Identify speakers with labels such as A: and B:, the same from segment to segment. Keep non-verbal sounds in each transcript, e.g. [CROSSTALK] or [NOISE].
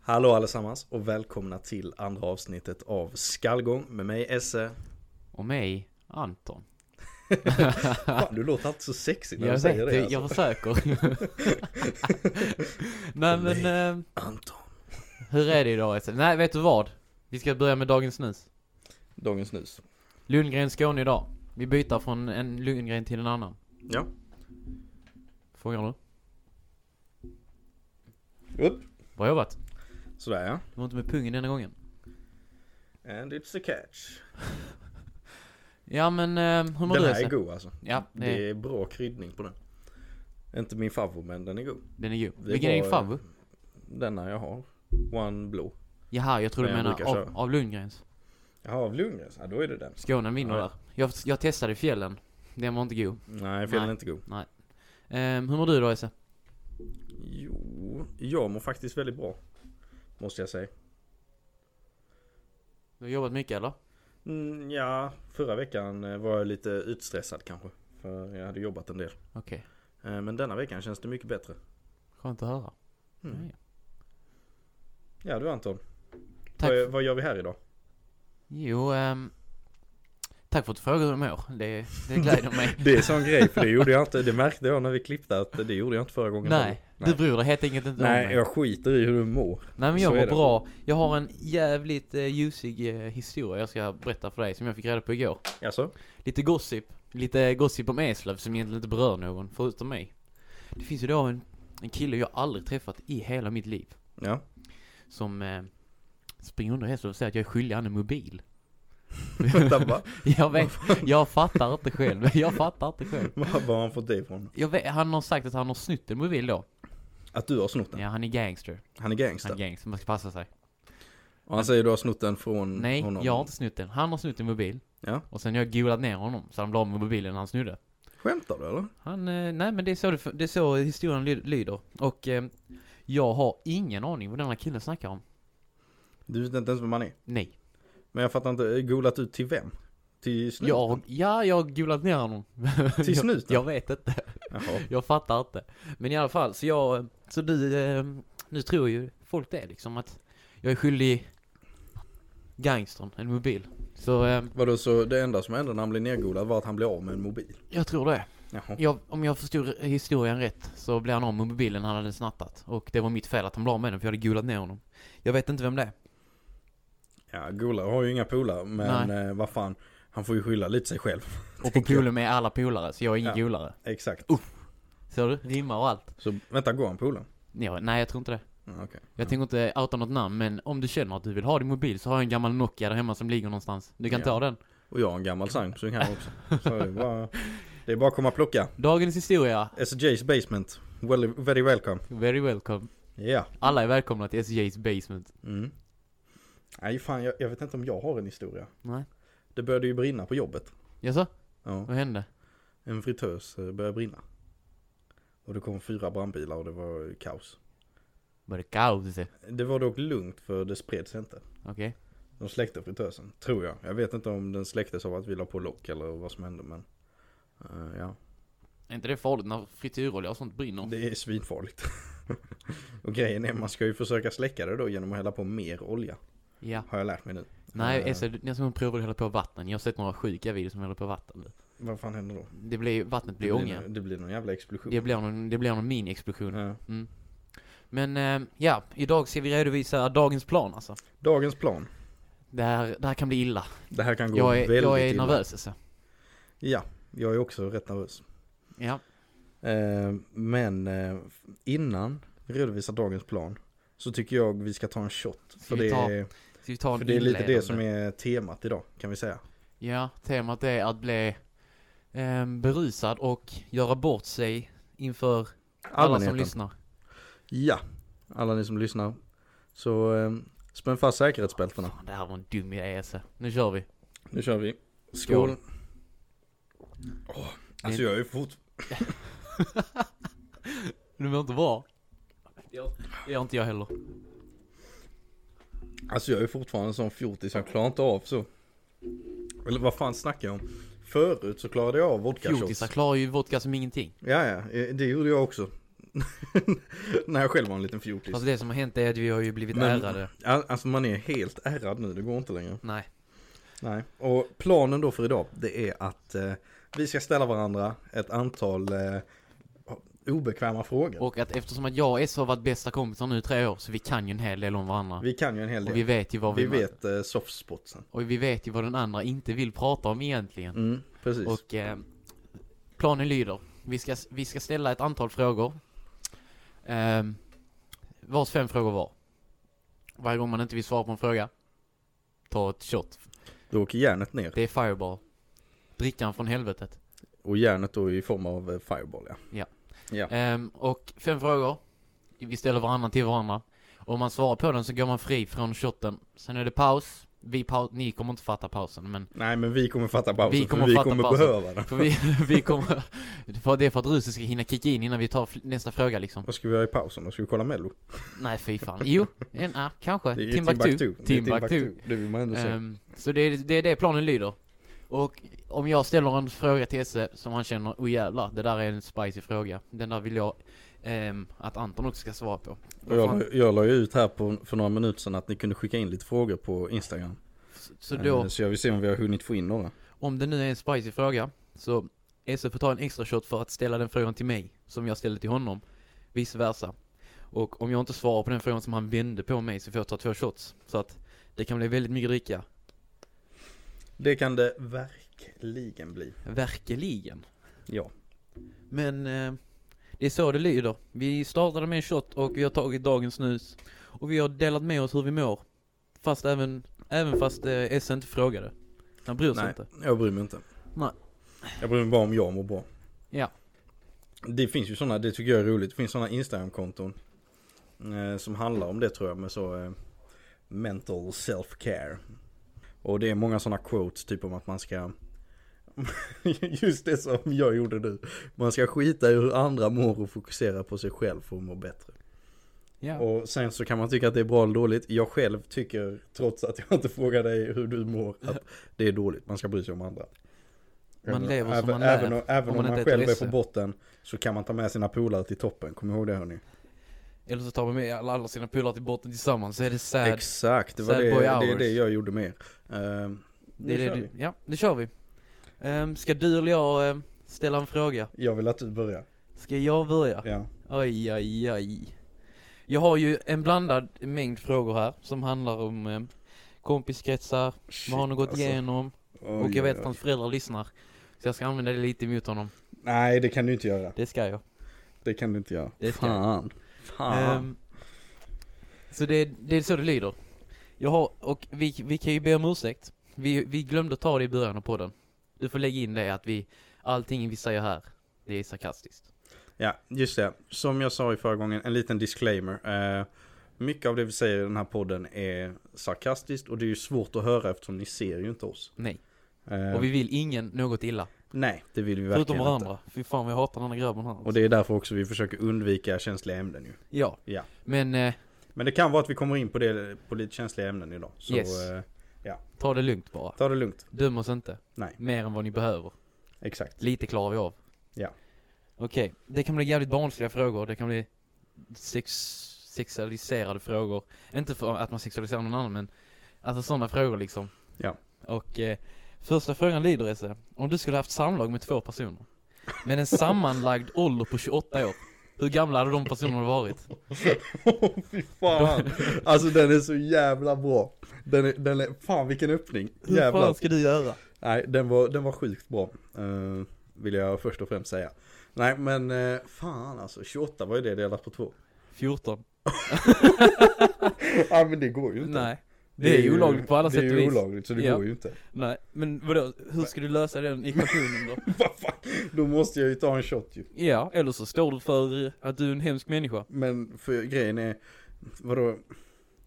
A: Hallå allesammans och välkomna till andra avsnittet av Skallgång med mig
B: [LAUGHS]
A: Esse.
B: Och mig, Anton.
A: Fan, du låter alltid så sexig när
B: jag
A: du säger
B: vet,
A: det.
B: jag
A: Alltså. [LAUGHS]
B: försöker. Nej men, eh,
A: Anton.
B: hur är det idag Esse? Nej, vet du vad? Vi ska börja med dagens snus.
A: Dagens snus.
B: Lundgren Skåne idag. Vi byter från en Lundgren till en annan.
A: Ja.
B: Frågar du?
A: Upp.
B: Bra jobbat.
A: Sådär ja.
B: Du var inte med pungen denna gången.
A: And it's a catch.
B: Ja men, eh, hur mår
A: Den
B: du
A: här är
B: Esse?
A: god alltså.
B: Ja, det är,
A: Det är bra kryddning på den. Inte min favorit men den är god.
B: den är god.
A: det är
B: Vilken är din
A: bra,
B: favorit?
A: Denna jag har. One blå.
B: Jaha, jag tror du
A: men jag
B: menar
A: brukar
B: av,
A: köra.
B: av Lundgrens.
A: Jag har av Lundgrens. Ja, då är det den.
B: Skåne vinner
A: Ja.
B: där. Jag, jag testade fjällen. Den var inte god.
A: Nej, fel är
B: Nej.
A: inte god.
B: Ehm, hur mår du då Esse?
A: Jo, jag mår faktiskt väldigt bra. Måste jag säga.
B: Du har jobbat mycket eller?
A: Mm, ja, förra veckan eh, var jag lite utstressad kanske. För jag hade jobbat en del.
B: Okej.
A: Eh, Men denna veckan känns det mycket bättre.
B: Skönt att höra.
A: Mm.
B: Ja, ja.
A: Ja du Anton,
B: Tack.
A: vad, vad gör vi här idag?
B: Jo, ehm, tack för att du frågar hur jag mår. Det, det gläder
A: [LAUGHS]
B: mig.
A: Det är en sån grej, för det gjorde jag inte. Det märkte jag när vi klippte att det gjorde jag inte förra gången.
B: Nej, du bryr dig helt enkelt inte om
A: Nej,
B: mig.
A: jag skiter i hur du mår.
B: Nej men
A: så
B: jag
A: är
B: mår
A: det.
B: bra. Jag har en jävligt eh, ljusig eh, historia jag ska berätta för dig som jag fick reda på igår.
A: Alltså?
B: Lite gossip. Lite gossip om Eslöv som egentligen inte berör någon förutom mig. Det finns ju då en, en kille jag aldrig träffat i hela mitt liv. [LAUGHS]
A: Ja.
B: Som eh, springer under Eslöv och säger att jag är skyldig han en mobil. [LAUGHS]
A: Vänta, va?
B: Jag vet, jag fattar inte själv. Jag fattar inte själv.
A: Var var har han fått det ifrån?
B: Jag vet, han har sagt att han har snytt en mobil då.
A: Att du har snott den?
B: Ja, han är gangster.
A: Han är
B: Han är
A: gangster.
B: gangster, man ska passa sig.
A: Och han säger du har snott den från
B: Nej,
A: honom?
B: jag har inte snutt den. Han har snutt en mobil.
A: Ja.
B: Och sen har jag golat ner honom, så han blev av med mobilen han snudde.
A: Skämtar du eller?
B: Han, eh, nej men det är så, det, det är så historien ly- lyder. Och eh, jag har ingen aning vad den här killen snackar om.
A: Du vet inte ens vem han är.
B: Nej.
A: Men jag fattar inte, eh, golat ut till vem? Till snuten?
B: Jag, ja, jag har golat ner honom.
A: [LAUGHS] Till snuten?
B: Jag vet inte.
A: Jaha.
B: Jag fattar inte. Men i alla fall, så jag, så nu, eh, nu tror ju folk det liksom att jag är skyldig gangstern en mobil. Så eh,
A: Vadå, så det enda som hände när han blev nergolad var att han blev av med en mobil?
B: jag tror det.
A: Jaha.
B: Jag, om jag förstod historien rätt så blev han av med mobilen han hade snattat. Och det var mitt fel att han blev av med den för jag hade gulat ner honom. Jag vet inte vem det är.
A: Ja, golare har ju inga polare, men eh, vad fan. Han får ju skylla lite sig själv.
B: Och på
A: Tänker jag.
B: polen är alla polare, så jag är ingen
A: Ja.
B: golare.
A: Exakt.
B: Ser du? Rimmar och allt.
A: Så vänta, går han polen?
B: Ja, nej, jag tror inte det.
A: Ja, okej.
B: Jag tänker inte outa något namn, men om du känner att du vill ha din mobil så har jag en gammal Nokia där hemma som ligger någonstans. Du kan
A: Ja.
B: ta den.
A: Och jag har en gammal Samsung här också. Så det är bara, det är bara att komma och plocka.
B: Dagens historia,
A: SJ's basement. Well, very welcome.
B: very welcome.
A: Ja.
B: Alla är välkomna till SJs basement.
A: Mm. Nej fan, jag, jag vet inte om jag har en historia.
B: Nej.
A: Det började ju brinna på jobbet.
B: Jaså?
A: Ja.
B: Vad hände?
A: En fritös eh, började brinna. Och det kom fyra brandbilar och det var ju kaos.
B: Var det kaos? Okej.
A: Det var dock lugnt för det spreds inte. De släckte fritösen, tror jag. Jag vet inte om den släcktes av att vi la på lock eller vad som hände men eh, ja,
B: Är inte det farligt när frityrolja och sånt brinner?
A: det är svinfarligt. [LAUGHS] och grejen är man ska ju försöka släcka det då genom att hälla på mer olja.
B: Ja.
A: Har jag lärt mig nu.
B: Nej, alltså,
A: Eh,
B: Esse, nästa gång provar du att hälla på vatten. Jag har sett några sjuka videos som häller på vatten.
A: Vad fan händer då?
B: Det blir, vattnet blir ånga.
A: någon- det blir någon jävla explosion.
B: Det blir någon, det blir någon mini-explosion.
A: Eh,
B: Men eh, ja, idag ska vi redovisa dagens plan alltså.
A: Dagens plan.
B: Det här, det här kan bli illa.
A: Det här kan gå
B: Jag är,
A: väldigt
B: jag är
A: illa.
B: nervös alltså.
A: Ja, jag är också rätt nervös.
B: Ja,
A: Eh, men eh, innan vi redovisar dagens plan så tycker jag vi ska ta en shot. För
B: vi
A: det,
B: ta
A: är,
B: ska vi ta en
A: för det är lite det
B: inledande?
A: som är temat idag kan vi säga.
B: Ja, temat är att bli eh, berusad och göra bort sig inför alla som
A: Allmänheten.
B: lyssnar.
A: Ja, alla ni som lyssnar. Så eh, spänn fast säkerhetsbältena.
B: Fan, det här var en dum idé Esse. Nu kör vi.
A: Nu kör vi.
B: Skål.
A: Skål. Åh, alltså jag är fort...
B: Du mår inte bra? Det gör inte jag heller.
A: Alltså jag är fortfarande en sån fjortis, jag klarar inte av så. Eller vad fan snackar jag om? Förut så klarade jag av vodka
B: Fjortisar
A: shots.
B: klarar ju vodka som ingenting.
A: Ja, ja, eh, det gjorde jag också. [LAUGHS] när jag själv var en liten fjortis.
B: Fast Alltså, det som har hänt är att vi har ju blivit
A: Men-
B: ärrade.
A: Al- Alltså man är helt ärrad nu, det går inte längre.
B: Nej.
A: Nej, och planen då för idag det är att eh, vi ska ställa varandra ett antal eh, obekväma frågor.
B: Och att eftersom att jag och S har varit bästa kompisar nu i tre år så vi kan ju en hel del om varandra.
A: Vi kan ju en hel del.
B: och vi vet ju vad vi,
A: Vi vet eh, softspotsen.
B: Och vi vet ju vad den andra inte vill prata om egentligen.
A: Mm, precis.
B: Och eh, planen lyder. Vi ska, vi ska ställa ett antal frågor. Eh, vars fem frågor var. Varje gång man inte vill svara på en fråga, ta ett shot.
A: Då åker järnet ner.
B: Det är fireball. Drickan från helvetet.
A: Och järnet då i form av eh, fireball ja.
B: Ehm, och fem frågor. Vi ställer varandra till varandra. Och om man svarar på den så går man fri från shotten. Sen är det paus. Vi pau- ni kommer inte fatta pausen, men
A: Nej men vi kommer fatta pausen
B: Vi kommer
A: för vi
B: fatta
A: kommer
B: pausen.
A: behöva den.
B: för vi, [LAUGHS] vi kommer... För det är för att ruset ska hinna kicka in innan vi tar fl- nästa fråga liksom.
A: Vad ska vi göra i pausen? Då ska vi kolla mello?
B: Nej, fy fan. Jo, en, ah, kanske.
A: Det är
B: Timbuktu.
A: Det är Timbuktu.
B: Timbuktu.
A: Det vill man ändå säga.
B: Ehm, så det är, det är det planen lyder. Och om jag ställer en fråga till Esse som han känner, oh jävlar, det där är en spicy fråga. Den där vill jag ehm, att Anton också ska svara på.
A: Och jag, jag la ju ut här på, för några minuter sedan att ni kunde skicka in lite frågor på Instagram.
B: Så
A: Eh,
B: då,
A: Så jag vill se om vi har hunnit få in några.
B: om det nu är en spicy fråga, så Esse får ta en extra shot för att ställa den frågan till mig, som jag ställde till honom. Vice versa. Och om jag inte svarar på den frågan som han vände på mig så får jag ta två shots. Så att det kan bli väldigt mycket dricka.
A: Det kan det verkligen bli.
B: Verkligen.
A: Ja.
B: Men eh, det är så det lyder. Vi startade med en shot och vi har tagit dagens snus. Och vi har delat med oss hur vi mår. Fast även, även fast eh, Esse inte frågade. Han bryr sig
A: Nej,
B: inte.
A: jag bryr mig inte.
B: Nej.
A: Jag bryr mig bara om jag mår bra.
B: Ja.
A: Det finns ju sådana, det tycker jag är roligt, det finns sådana Instagram-konton eh, som handlar om det tror jag med så eh, mental self-care. Och det är många sådana quotes typ om att man ska [LAUGHS] Just det som jag gjorde nu. Man ska skita i hur andra mår och fokusera på sig själv för att må bättre.
B: Ja.
A: Och sen så kan man tycka att det är bra eller dåligt. Jag själv tycker, trots att jag inte frågar dig hur du mår,
B: [LAUGHS]
A: att det är dåligt. Man ska bry sig om andra.
B: Man lever
A: även,
B: som man lär,
A: även, om- även
B: om
A: om
B: man
A: man,
B: inte är
A: själv är
B: Therese.
A: på botten så kan man ta med sina polare till toppen. Kom ihåg det hörni.
B: Eller så tar man med alla, alla sina polare till botten tillsammans så är det sad.
A: Exakt, det var
B: sad
A: det,
B: boy
A: det, är
B: hours.
A: det jag gjorde med er. Ehm, nu
B: det är
A: kör
B: det,
A: vi.
B: du- ja, det kör vi. Um, ska du eller jag ehm, ställa en fråga?
A: Jag vill att du börjar.
B: Ska jag börja?
A: Ja.
B: Aj, aj, aj. Jag har ju en blandad mängd frågor här som handlar om ehm, kompiskretsar,
A: Shit,
B: vad han har gått
A: alltså.
B: igenom
A: Oj,
B: och jag vet
A: oj,
B: att
A: oj.
B: hans föräldrar lyssnar. Så jag ska använda det lite emot honom.
A: Nej det kan du inte göra.
B: Det ska jag.
A: Det kan du inte göra.
B: Det ska jag.
A: Fan. Fan.
B: Ehm, så det, det är så det lyder. Jag har, och vi, vi kan ju be om ursäkt. Vi, vi glömde ta det i början av podden. Du får lägga in det att vi, allting vi säger här, det är sarkastiskt.
A: Ja, just det. Som jag sa i förra gången, en liten disclaimer. Eh, mycket av det vi säger i den här podden är sarkastiskt och det är ju svårt att höra eftersom ni ser ju inte oss.
B: Nej.
A: Eh,
B: Och vi vill ingen något illa.
A: Nej, det vill vi
B: Förutom
A: verkligen inte.
B: varandra. Fy fan, vi hatar den här grabben här.
A: Och det är därför också vi försöker undvika känsliga ämnen ju.
B: Ja.
A: Ja.
B: Men eh,
A: Men det kan vara att vi kommer in på, det, på lite känsliga ämnen idag. Så
B: Yes.
A: eh,
B: ta det lugnt bara.
A: ta det lugnt.
B: Döm oss inte.
A: Nej.
B: Mer än vad ni behöver. [LAUGHS]
A: Exakt.
B: Lite klarar vi av.
A: Ja.
B: Okej, det kan bli jävligt barnsliga frågor. Det kan bli sex sexualiserade frågor. Inte för att man sexualiserar någon annan, men alltså sådana frågor liksom.
A: Ja.
B: Och eh, första frågan lyder Esse. Om du skulle haft samlag med två personer, med en sammanlagd ålder på 28 år, hur gamla hade de personerna varit?
A: Fy fan. Alltså den är så jävla bra. Den är, den är fan vilken öppning.
B: Hur
A: Jävlar.
B: fan ska du göra?
A: Nej, den var, den var sjukt bra. eh, vill jag först och främst säga. Nej, men eh, fan alltså. 28 var ju det delat på två.
B: 14?
A: Ja, men det går ju inte.
B: Nej. Det är,
A: ju-
B: olagligt på alla sätt och
A: Det är ju
B: vis.
A: olagligt, så det
B: Ja.
A: går ju inte. [LAUGHS]
B: Nej, men vadå, hur ska du lösa den ekvationen då?
A: Vad fan? Då måste jag ju ta en shot ju.
B: Ja, eller så står du för att du är en hemsk människa.
A: Men för grejen är, vadå?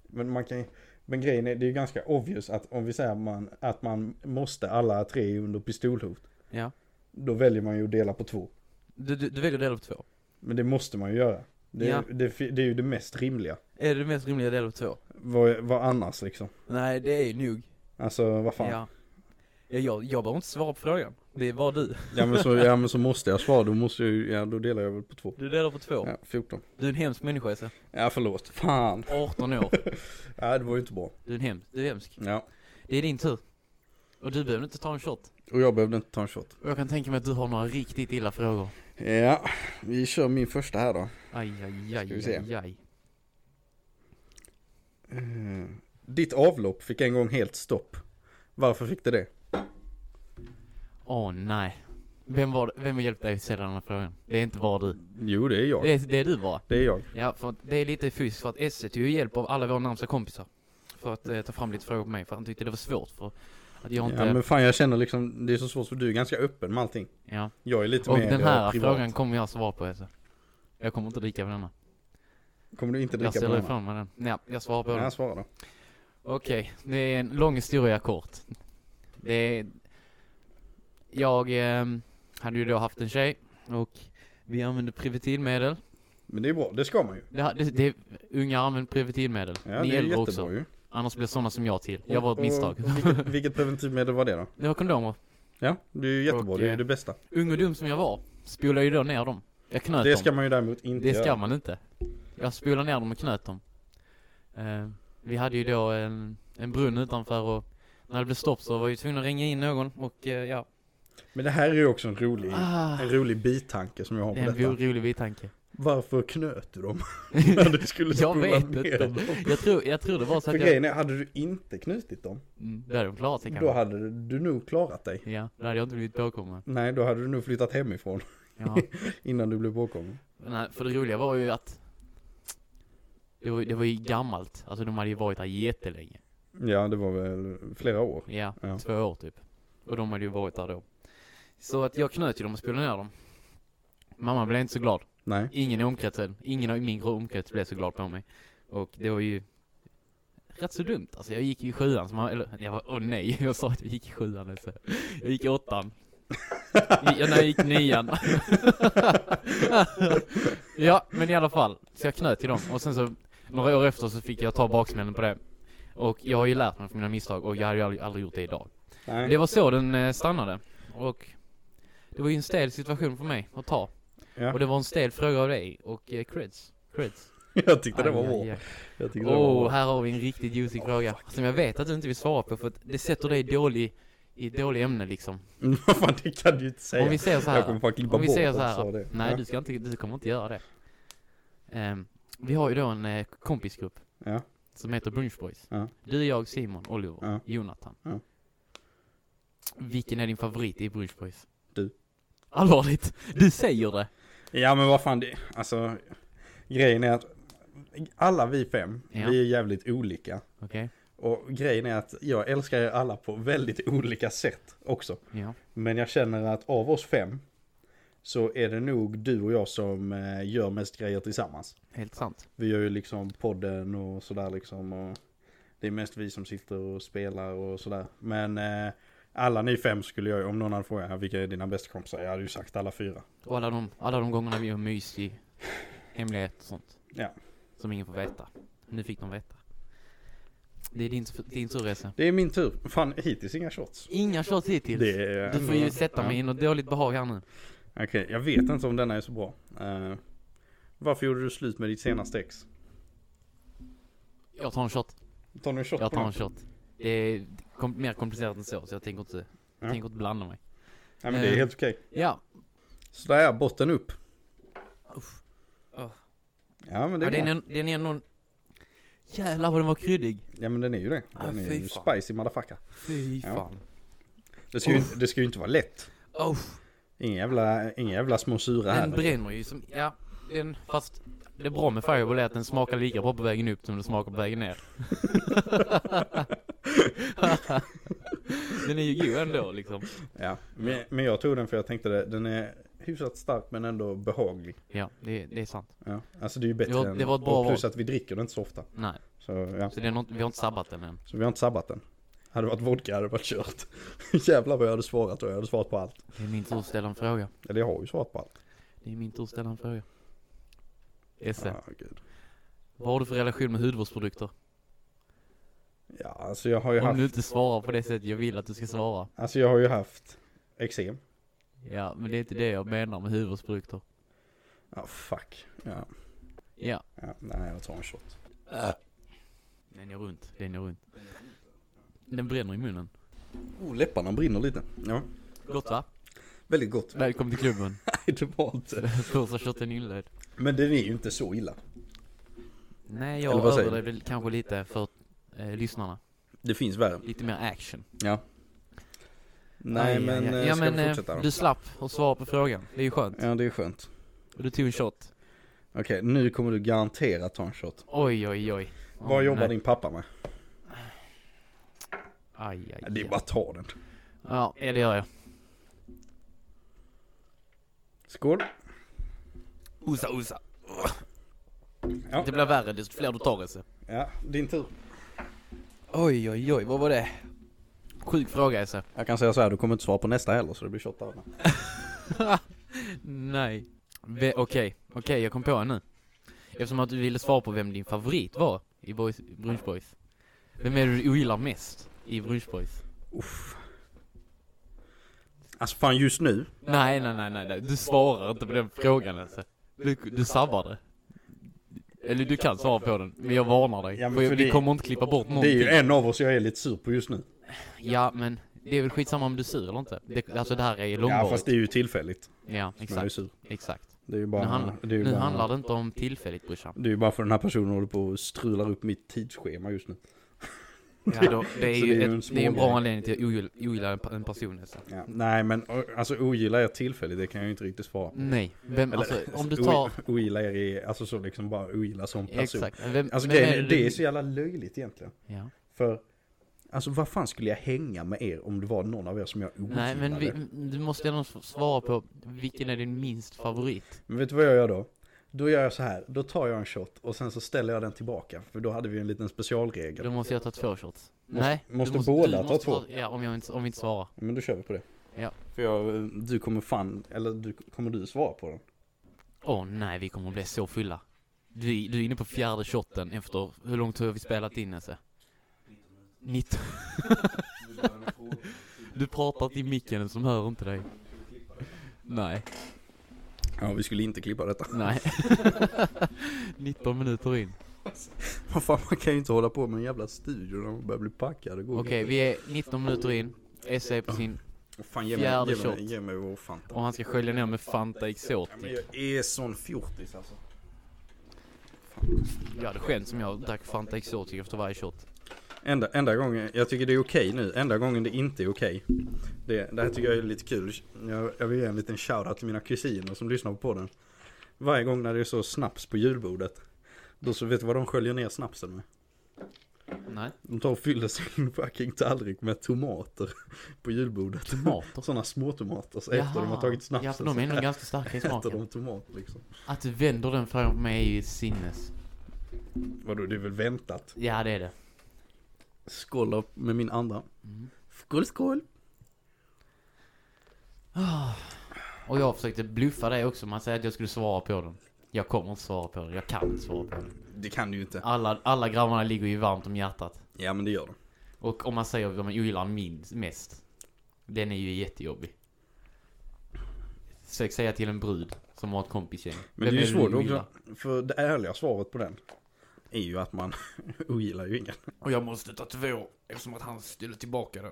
A: Men man kan men grejen är, det är ju ganska obvious att om vi säger att man, att man måste alla tre under pistolhot,
B: Ja.
A: då väljer man ju att dela på två.
B: Du, du, du väljer del av två.
A: Men det måste man ju göra. Det,
B: Ja.
A: det, det är ju det mest rimliga.
B: Är det det mest rimliga del av två?
A: Vad, vad annars liksom?
B: Nej, det är nog.
A: Alltså vad fan.
B: Ja. Ja, jag, jag behöver inte svara på frågan. Det var du.
A: Ja men så, ja, men så måste jag svara, då måste jag ju- ja då delar jag väl på två.
B: Du delar på två.
A: Ja, 14.
B: Du är en hemsk människa Esse.
A: Ja förlåt, fan.
B: 18 år.
A: [LAUGHS] Ja det var ju inte bra.
B: Du är, en hem, du är hemsk.
A: Ja.
B: Det är din tur. Och du behöver inte ta en shot.
A: Och jag behövde inte ta en shot.
B: Och jag kan tänka mig att du har några riktigt illa frågor.
A: Ja, vi kör min första här då.
B: Aj, aj, aj,
A: Ska vi se.
B: aj, aj.
A: Eh, Ditt avlopp fick en gång helt stopp. Varför fick det det?
B: Åh nej. Vem var det- Vem hjälpte dig att ställa den här frågan? Det är inte bara du.
A: Jo det är
B: Det
A: jag.
B: är, det är du bara.
A: Det är jag.
B: Ja, för att det är lite fusk för att Esse tog ju hjälp av alla våra närmsta kompisar. För att eh, ta fram lite frågor på mig, för han tyckte det var svårt för att jag inte...
A: Ja men fan jag känner liksom, det är så svårt för du är ganska öppen med allting.
B: ja.
A: Jag är lite
B: Och
A: mer
B: den här
A: eh, privat.
B: frågan kommer jag svara på Esse. Jag kommer inte dricka på denna.
A: Kommer du inte
B: Jag
A: dricka på
B: ställer
A: den här?
B: ifrån mig den. Nej, jag svarar på
A: Ja,
B: den.
A: jag svarar då.
B: Okej, det är en lång historia kort. Det är... Jag ehm, hade ju då haft en tjej och vi använde preventivmedel.
A: Men det är bra, det ska man ju.
B: Det, här- det, det, unga använder preventivmedel.
A: Ja,
B: Ni
A: det är
B: äldre
A: jättebra
B: också.
A: ju.
B: Annars blir sådana som jag till. Jag var ett misstag.
A: Och, och,
B: [LAUGHS]
A: vilket, vilket preventivmedel var det då?
B: Det var kondomer.
A: Ja, det är ju jättebra,
B: Och,
A: det är ju
B: eh,
A: det bästa.
B: Ung och dum som jag var, spolade ju då ner dem. Jag knöt
A: Det
B: dem.
A: ska man ju däremot inte
B: det ska
A: göra.
B: man inte. Jag spolade ner dem och knöt dem. Eh, vi hade ju då en, en brunn utanför och när det blev stopp så var jag ju tvungen att ringa in någon och eh, ja.
A: Men det här är ju också en rolig,
B: Ah,
A: en rolig bitanke som Mm. jag har
B: det
A: på
B: är en
A: detta.
B: ro- rolig bitanke.
A: [LAUGHS] Varför knöt du
B: [LAUGHS]
A: dem? När du skulle
B: jag
A: spola
B: vet
A: ner
B: inte.
A: dem?
B: Jag tror, jag tror det var så
A: För
B: att jag...
A: grejen är, hade du inte knutit dem,
B: Mm, Då hade de klarat sig
A: då
B: kanske.
A: hade du nog klarat dig.
B: Ja, då hade jag inte blivit påkommen.
A: Nej, då hade du nog flyttat hemifrån [LAUGHS]
B: Ja.
A: innan du blev påkommen.
B: Nej, för det roliga var ju att det var, det var ju gammalt, alltså de hade ju varit där jättelänge.
A: Ja, det var väl flera år.
B: Ja,
A: Ja.
B: två år typ. Och de hade ju varit där då. Så att jag knöt ju dem och spolade ner dem. Mamma blev inte så glad.
A: Nej.
B: Ingen i omkretsen, ingen i min omkrets blev så glad på mig. Och det var ju rätt så dumt. Alltså jag gick i sjuan, så man, eller jag var, åh nej, [LAUGHS] jag sa att jag gick i sjuan alltså. Jag gick i åttan. Ja, nej, jag gick nian. [LAUGHS] ja, men i alla fall. Så jag knöt till dem. Och sen så, några år efter så fick jag ta baksmällen på det. Och jag har ju lärt mig från mina misstag och jag hade ju aldrig, aldrig gjort det idag.
A: Nej.
B: Det var så den eh, stannade. Och det var ju en stel situation för mig att ta.
A: Ja.
B: Och det var en stel fråga av dig och eh, creds. Creds.
A: [LAUGHS] Jag tyckte det var
B: Aj, aj,
A: bra.
B: aj.
A: Jag tyckte det var
B: Åh,
A: bra.
B: här har vi en riktigt juicy fråga. Som jag vet att du inte vill svara på för att det sätter dig i dålig, i dålig ämne liksom.
A: [LAUGHS] Vad fan, det kan du inte säga.
B: Om vi säger så
A: Jag kommer
B: här.
A: fan klippa
B: Om vi
A: bort
B: säger
A: att
B: så
A: du
B: här.
A: sa det.
B: Nej,
A: Ja.
B: du, ska inte, du kommer inte göra det. Ehm, vi har ju då en eh, kompisgrupp
A: Ja.
B: som heter Brunch Boys.
A: Ja.
B: Du, jag, Simon, Oliver,
A: Ja.
B: Jonathan.
A: Ja.
B: Vilken är din favorit i Brunch Boys?
A: Du.
B: Allvarligt? Du säger det?
A: Ja men vad fan det, alltså grejen är att alla vi fem,
B: Ja.
A: vi är jävligt olika.
B: Okej,
A: Och grejen är att jag älskar er alla på väldigt olika sätt också.
B: ja.
A: Men jag känner att av oss fem så är det nog du och jag som eh, gör mest grejer tillsammans.
B: Helt sant.
A: Vi gör ju liksom podden och sådär liksom. Och det är mest vi som sitter och spelar och sådär. Men eh, alla ni fem skulle jag, om någon hade frågat vilka är dina bästa kompisar? Jag hade ju sagt alla fyra.
B: Och alla de, alla de gångerna vi har mys i hemlighet och sånt.
A: Ja.
B: Som ingen får veta. Nu fick de veta. Det är din, din tur Esse.
A: Det är min tur. Fan, hittills inga shots.
B: Inga shots hittills.
A: Det är- Mm.
B: Du får ju sätta
A: Ja.
B: mig i något dåligt behag här nu.
A: Okej, jag vet inte om denna är så bra. Eh, varför gjorde du slut med ditt senaste ex?
B: Jag tar en shot.
A: Tar du en shot
B: Jag
A: på
B: tar
A: den?
B: en shot. Det är kom, mer komplicerat än så, så jag tänker inte, jag
A: Ja.
B: tänker inte blanda mig.
A: Nej men det är
B: Eh.
A: helt okej.
B: Ja.
A: Sådär, botten upp.
B: Uff.
A: Ja men det
B: ja
A: är
B: den,
A: bra.
B: är, den är någon... Jävlar vad den var kryddig.
A: Ja men den är ju det.
B: Ah,
A: Den är
B: fy
A: ju
B: fan.
A: spicy motherfucker.
B: Fy
A: Ja.
B: fan.
A: Det ska, ju, inte- det ska ju inte vara lätt.
B: Uff.
A: Inga jävla, inga jävla små sura
B: Den
A: här.
B: bränner ju som, ja. Den, fast det bra med Fireball är att den smakar lika bra på vägen upp som den smakar på vägen ner. [LAUGHS] den är ju god ändå liksom.
A: Ja. Men, men jag tog den för jag tänkte det, den är hyfsat stark men ändå behaglig.
B: Ja, det, det är sant.
A: Ja. Alltså det är ju bättre
B: Det var-
A: än...
B: det var ett bra
A: och plus
B: val.
A: att vi dricker den inte så ofta.
B: Nej,
A: Så ja,
B: så den har, inte- vi har inte sabbat den än.
A: så vi har inte sabbat den. Hade det varit vodka hade det varit kört. [LAUGHS] Jävlar vad jag hade svarat då, jag hade svarat på allt.
B: Det är min tur att ställa en fråga.
A: Eller jag har ju svarat på allt.
B: Det är min tur att ställa en fråga. Esse,
A: Ah, gud.
B: vad har du för relation med hudvårdsprodukter?
A: Ja, alltså jag har ju
B: Om
A: haft,
B: du inte svarar på det sättet jag vill att du ska svara.
A: alltså jag har ju haft eksem.
B: Ja, men det är inte det jag menar med huvudsprutor.
A: Ja, fuck. Ja,
B: Ja.
A: ja, nej jag tar en shot.
B: Den är runt, den är runt. Den bränner i munnen.
A: Oh, läpparna brinner lite. Ja,
B: Gott va?
A: väldigt gott. [LAUGHS] Nej,
B: Välkommen till klubben.
A: det var inte.
B: Första shoten inledd.
A: Men den är ju inte så illa.
B: Nej,
A: Eller
B: jag
A: vad säger
B: överdrev väl kanske lite för eh, lyssnarna.
A: Det finns värre.
B: Lite mer action.
A: Ja. Nej,
B: Aj,
A: men
B: aj, aj.
A: eh,
B: ja,
A: ska
B: men,
A: vi
B: eh,
A: fortsätta då?
B: Du slapp att svara på frågan. Det är ju skönt.
A: Ja, det är skönt.
B: Och du tog en shot.
A: Okej, nu kommer du garanterat ta en shot.
B: Oj, oj, oj.
A: Vad jobbar
B: nej.
A: din pappa med?
B: Aj, aj,
A: Det är
B: aj.
A: bara att ta den.
B: Ja, ja, det gör jag.
A: Skål.
B: Osa, osa.
A: Ja.
B: Det blir värre desto fler du tar Esse.
A: Ja, din tur.
B: Oj, oj, oj. Vad var det? Sjuk fråga Esse.
A: Jag kan säga så här, du kommer inte svara på nästa heller så det blir shot av den.
B: Nej. Ve- Okej, okej, jag kom på en nu. Eftersom att du ville svara på vem din favorit var i boys, Brunch Boys. Vem är det du ogillar mest i Brunch Boys?
A: Uff. Alltså fan just nu.
B: Nej, nej, nej, nej, nej. Du svarar inte på den frågan alltså. Du, du sabbar det. Eller du kan svara på den, men jag varnar dig.
A: Ja, men
B: för
A: för
B: vi
A: det-
B: kommer inte klippa bort
A: Det är
B: någonting.
A: ju en av oss jag är lite sur på just nu.
B: Ja, men det är väl skitsamma om du är sur eller inte. Det, alltså det här är långvarigt.
A: Ja, fast det är ju tillfälligt.
B: Ja,
A: Men Jag är
B: exakt.
A: sur.
B: Exakt.
A: Det är ju bara...
B: Nu, handlar,
A: det är ju
B: nu
A: bara,
B: handlar det inte om tillfälligt brorsan.
A: [LAUGHS] det är ju bara för den här personen håller på och strular upp mitt tidsschema just nu.
B: Ja, då, det är
A: Så
B: ju
A: det är ju en
B: ett, det är
A: smågrej.
B: en bra anledning till att ogilla, ogilla en, en person. Alltså.
A: Ja. Nej men ö, alltså ogillar jag tillfälligt, det kan jag ju inte riktigt svara på.
B: Nej, vem, Mm, alltså,
A: [LAUGHS]
B: om du
A: o-
B: tar...
A: Ogillar er i, alltså så liksom bara ogillar som person.
B: Exakt. Vem,
A: Alltså
B: vem
A: grejen, är, det
B: du-
A: är så jävla löjligt egentligen.
B: ja.
A: För, alltså vad fan skulle jag hänga med er om det var någon av er som jag ogillade?
B: Nej, men vi, du måste ändå svara på vilken är din minst favorit?
A: Men vet du vad jag gör då? Då gör jag så här, då tar jag en shot och sen så ställer jag den tillbaka. För då hade vi en liten specialregel.
B: Då måste jag ta två shots.
A: Måste-
B: Nej, du
A: måste båda
B: du
A: ta två?
B: Ja, om, jag inte, om vi inte svarar.
A: Men då kör vi på det.
B: Ja.
A: För jag, du kommer fan, eller du, kommer du svara på den?
B: Åh nej, vi kommer att bli så fulla. Du, du är inne på fjärde shotten efter, hur långt har vi spelat in Esse? 19 [LAUGHS] Du pratar till micken som hör inte dig. Nej,
A: Ja, vi skulle inte klippa detta. [LAUGHS]
B: nej. [LAUGHS] 19 minuter in.
A: Vad fan, man kan ju inte hålla på med en jävla studio när man börjar bli packad. Det går
B: Okej, vi är 19 minuter in. Esse är på sin,
A: inte. Fan, ge mig,
B: fjärde
A: ge mig,
B: shot.
A: ge mig vår Fanta.
B: och han ska skölja ner med Fanta
A: Men
B: Exotic.
A: jag är sån fjortis alltså.
B: Jag hade skämts om jag drack Fanta Exotic efter varje shot.
A: Enda, enda gången, jag tycker det är okej nu, enda gången det inte är okej. Det, det här tycker jag är lite kul. Jag, jag vill ge en liten shoutout till mina kusiner som lyssnar på podden. Varje gång när det är så snaps på julbordet. Då så vet du vad de sköljer ner snapsen med?
B: Nej,
A: De tar och fyller sin fucking tallrik med tomater på julbordet. [LAUGHS]
B: tomater.
A: Sådana småtomater. Så efter de har tagit snapsen
B: Ja, för de är
A: så
B: nog ganska starka
A: [LAUGHS]
B: i
A: äter
B: smaken.
A: de tomat liksom.
B: Att du vänder den frågan på mig är ju sinnes.
A: Vadå, det är väl väntat?
B: Ja, det är det.
A: Skål då med min andra.
B: Mm.
A: Skål, skål!
B: Ah. Och jag försökte bluffa dig också Man säger att jag skulle svara på den. Jag kommer inte svara på den. Jag kan inte svara på den.
A: Det kan du ju inte.
B: Alla, alla grabbarna ligger ju varmt om hjärtat.
A: Ja, men det gör de.
B: Och om man säger vad man ogillar minst, mest. Den är ju jättejobbig. Försök säga till en brud som har ett kompisgäng.
A: Men
B: Vem
A: det är ju
B: du
A: svårt
B: ogillar?
A: också, för det ärliga svaret på den är ju att man [LAUGHS] ogillar ju ingen.
C: Och jag måste ta två eftersom att han ställer tillbaka den.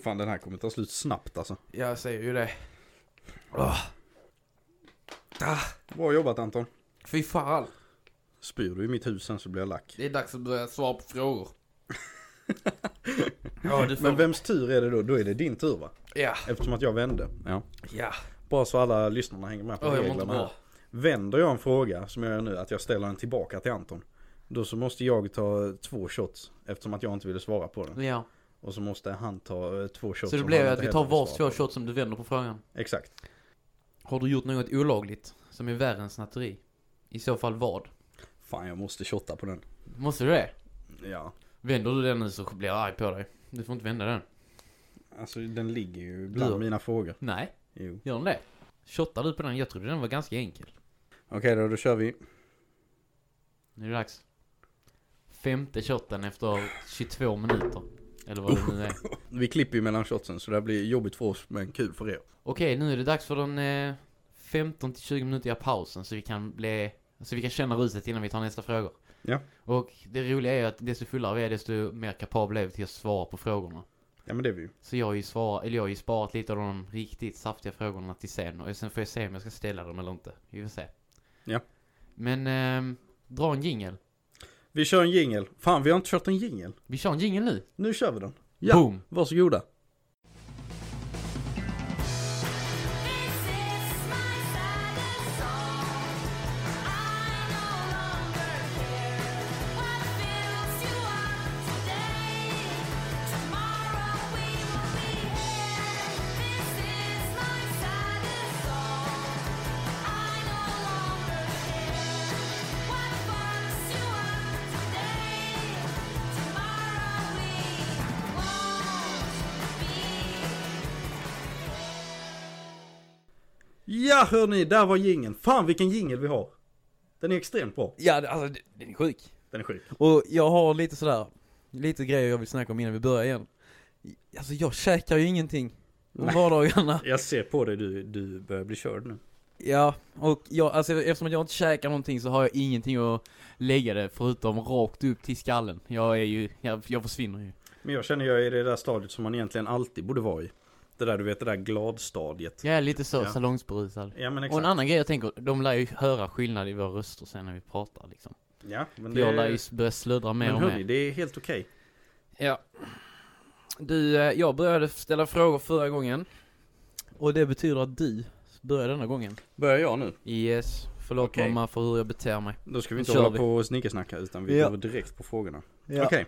A: Fan den här kommer ta slut snabbt alltså.
C: Jag säger ju det.
B: Ah.
A: Ah. Bra jobbat Anton.
C: Fy fan.
A: Spyr du i mitt hus sen så blir jag lack.
C: Det är dags att börja svara på [LAUGHS] frågor.
A: Men vems tur är det då? Då är det din tur va?
C: Ja.
A: Eftersom att jag vände. Ja.
C: Ja.
A: Bara så alla lyssnarna hänger med på
C: Åh, jag mår inte
A: reglerna.
C: bra.
A: här. Vänder jag en fråga som jag gör nu, att jag ställer den tillbaka till Anton. Då så måste jag ta två shots eftersom att jag inte ville svara på den.
B: Ja.
A: Och så måste han ta eh, två shots.
B: Så det
A: som
B: blev
A: han
B: ju att
A: inte
B: vi tar
A: heller vill
B: vars
A: svara
B: två
A: på.
B: shots som du vänder på frågan.
A: Exakt.
B: Har du gjort något olagligt som är värre än snatteri? I så fall vad?
A: Fan jag måste shotta på den.
B: Måste du det?
A: Ja.
B: Vänder du den nu så blir jag arg på dig. Du får inte vända den.
A: Alltså den ligger ju bland
B: Ja.
A: mina frågor.
B: Nej,
A: Jo.
B: gör den det? Shottar du på den? Jag trodde den var ganska enkel.
A: Okej då, då kör vi.
B: Nu är det dags. femte shotten efter 22 minuter. Eller vad det nu
A: [LAUGHS]
B: är.
A: Vi klipper ju mellan shotsen så det här blir jobbigt för oss men kul för er.
B: Okej, nu är det dags för den eh, 15-20 minutiga pausen så vi kan bli, så vi kan känna ruset innan vi tar nästa frågor.
A: Ja.
B: Och det roliga är ju att desto fullare vi är, desto mer kapabla är vi till att svara på frågorna.
A: Ja men det är vi ju.
B: Så jag har ju, svar, eller jag har ju sparat lite av de riktigt saftiga frågorna till sen. Och sen får jag se om jag ska ställa dem eller inte. Vi får se.
A: Ja.
B: Men, ehm, dra en jingel.
A: Vi kör en jingel. Fan vi har inte kört en jingel.
B: Vi kör en jingel nu.
A: Nu kör vi den. Ja.
B: Boom.
A: Varsågoda. Ja hörni, där var jingeln. Fan vilken jingel vi har. Den är extremt bra.
B: Ja, alltså den är sjuk.
A: Den är sjuk.
B: Och jag har lite sådär, lite grejer jag vill snacka om innan vi börjar igen. Alltså jag käkar ju ingenting om
A: Nej.
B: [LAUGHS] vardagarna.
A: Jag ser på dig, du, du börjar bli körd nu.
B: Ja, och jag, alltså eftersom att jag inte käkar någonting så har jag ingenting att lägga det förutom rakt upp till skallen. Jag är ju, jag, jag försvinner ju.
A: Men jag känner jag är i det där stadiet som man egentligen alltid borde vara i. Det där du vet, det där gladstadiet.
B: Jag är lite så
A: Ja.
B: salongsberusad.
A: Ja men
B: Och en
A: exakt.
B: annan grej jag tänker, de lär ju höra skillnad i våra röster sen när vi pratar liksom.
A: Ja, men
B: För jag lär ju börja sluddra mer
A: men
B: och
A: hörni,
B: mer.
A: det är helt okej.
B: Ja. Du, eh, jag började ställa frågor förra gången. Och det betyder att du börjar denna gången.
A: Börjar jag nu?
B: Yes, förlåt
A: Okej.
B: mamma för hur jag beter mig.
A: Då ska vi inte
B: Då kör
A: hålla
B: vi.
A: på och snickersnacka utan vi
B: Ja.
A: går direkt på frågorna.
B: Ja.
A: Okej.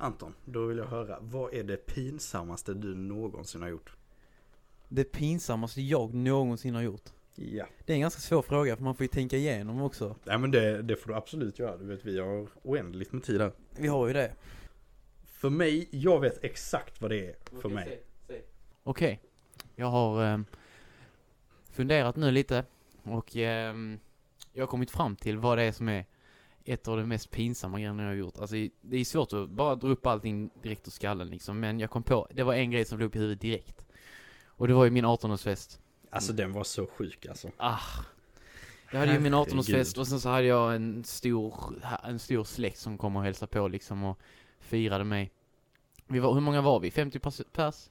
A: Anton, då vill jag höra, vad är det pinsammaste du någonsin har gjort?
B: Det pinsammaste jag någonsin har gjort.
A: Ja.
B: Det är en ganska svår fråga för man får ju tänka igenom också.
A: Nej men det, det får du absolut göra, du vet vi har oändligt med tid här.
B: Vi har ju det.
A: För mig, jag vet exakt vad det är för mig.
B: Okej, jag har ehm, funderat nu lite och ehm, jag har kommit fram till vad det är som är ett av de mest pinsamma grejerna jag har gjort. Alltså det är svårt att bara dra upp allting direkt ur skallen liksom, men jag kom på, det var en grej som blev upp i huvudet direkt. Och det var ju min 18-årsfest.
A: Alltså den var så sjuk alltså.
B: Jag hade ju min
A: Herregud.
B: 18-årsfest och sen så hade jag en stor, en stor släkt som kom och hälsade på liksom och firade mig. Vi var, hur många var vi? 50 pers- pers?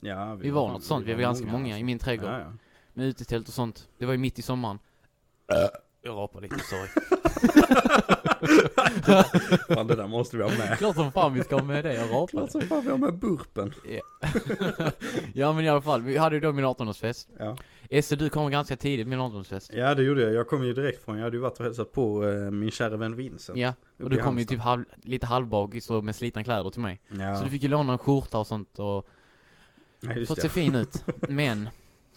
A: Ja,
B: Vi var något sånt, vi var ganska många i min trädgård.
A: Ja, ja.
B: Med utetält och sånt. Det var ju mitt i sommaren.
A: Äh.
B: Jag rapar lite, sorry.
A: Fan det där måste vi ha med.
B: [LAUGHS] Klart som fan vi ska ha med det, jag rapar.
A: Klart som fan vi har med burpen.
B: Ja men i alla fall, vi hade ju då min 18-årsfest.
A: Ja.
B: Esse du kom ganska tidigt min 18-årsfest.
A: ja det gjorde jag, jag kom ju direkt från, jag hade ju varit och hälsat på eh, min kära vän Vincent.
B: Ja, och
A: Uppe i
B: du kom ju
A: Halmstad.
B: typ halv, lite halvbakis och med slitna kläder till mig.
A: Ja,
B: Så du fick ju låna en skjorta och sånt och
A: ja just
B: fått se
A: det. [LAUGHS]
B: fin ut. Men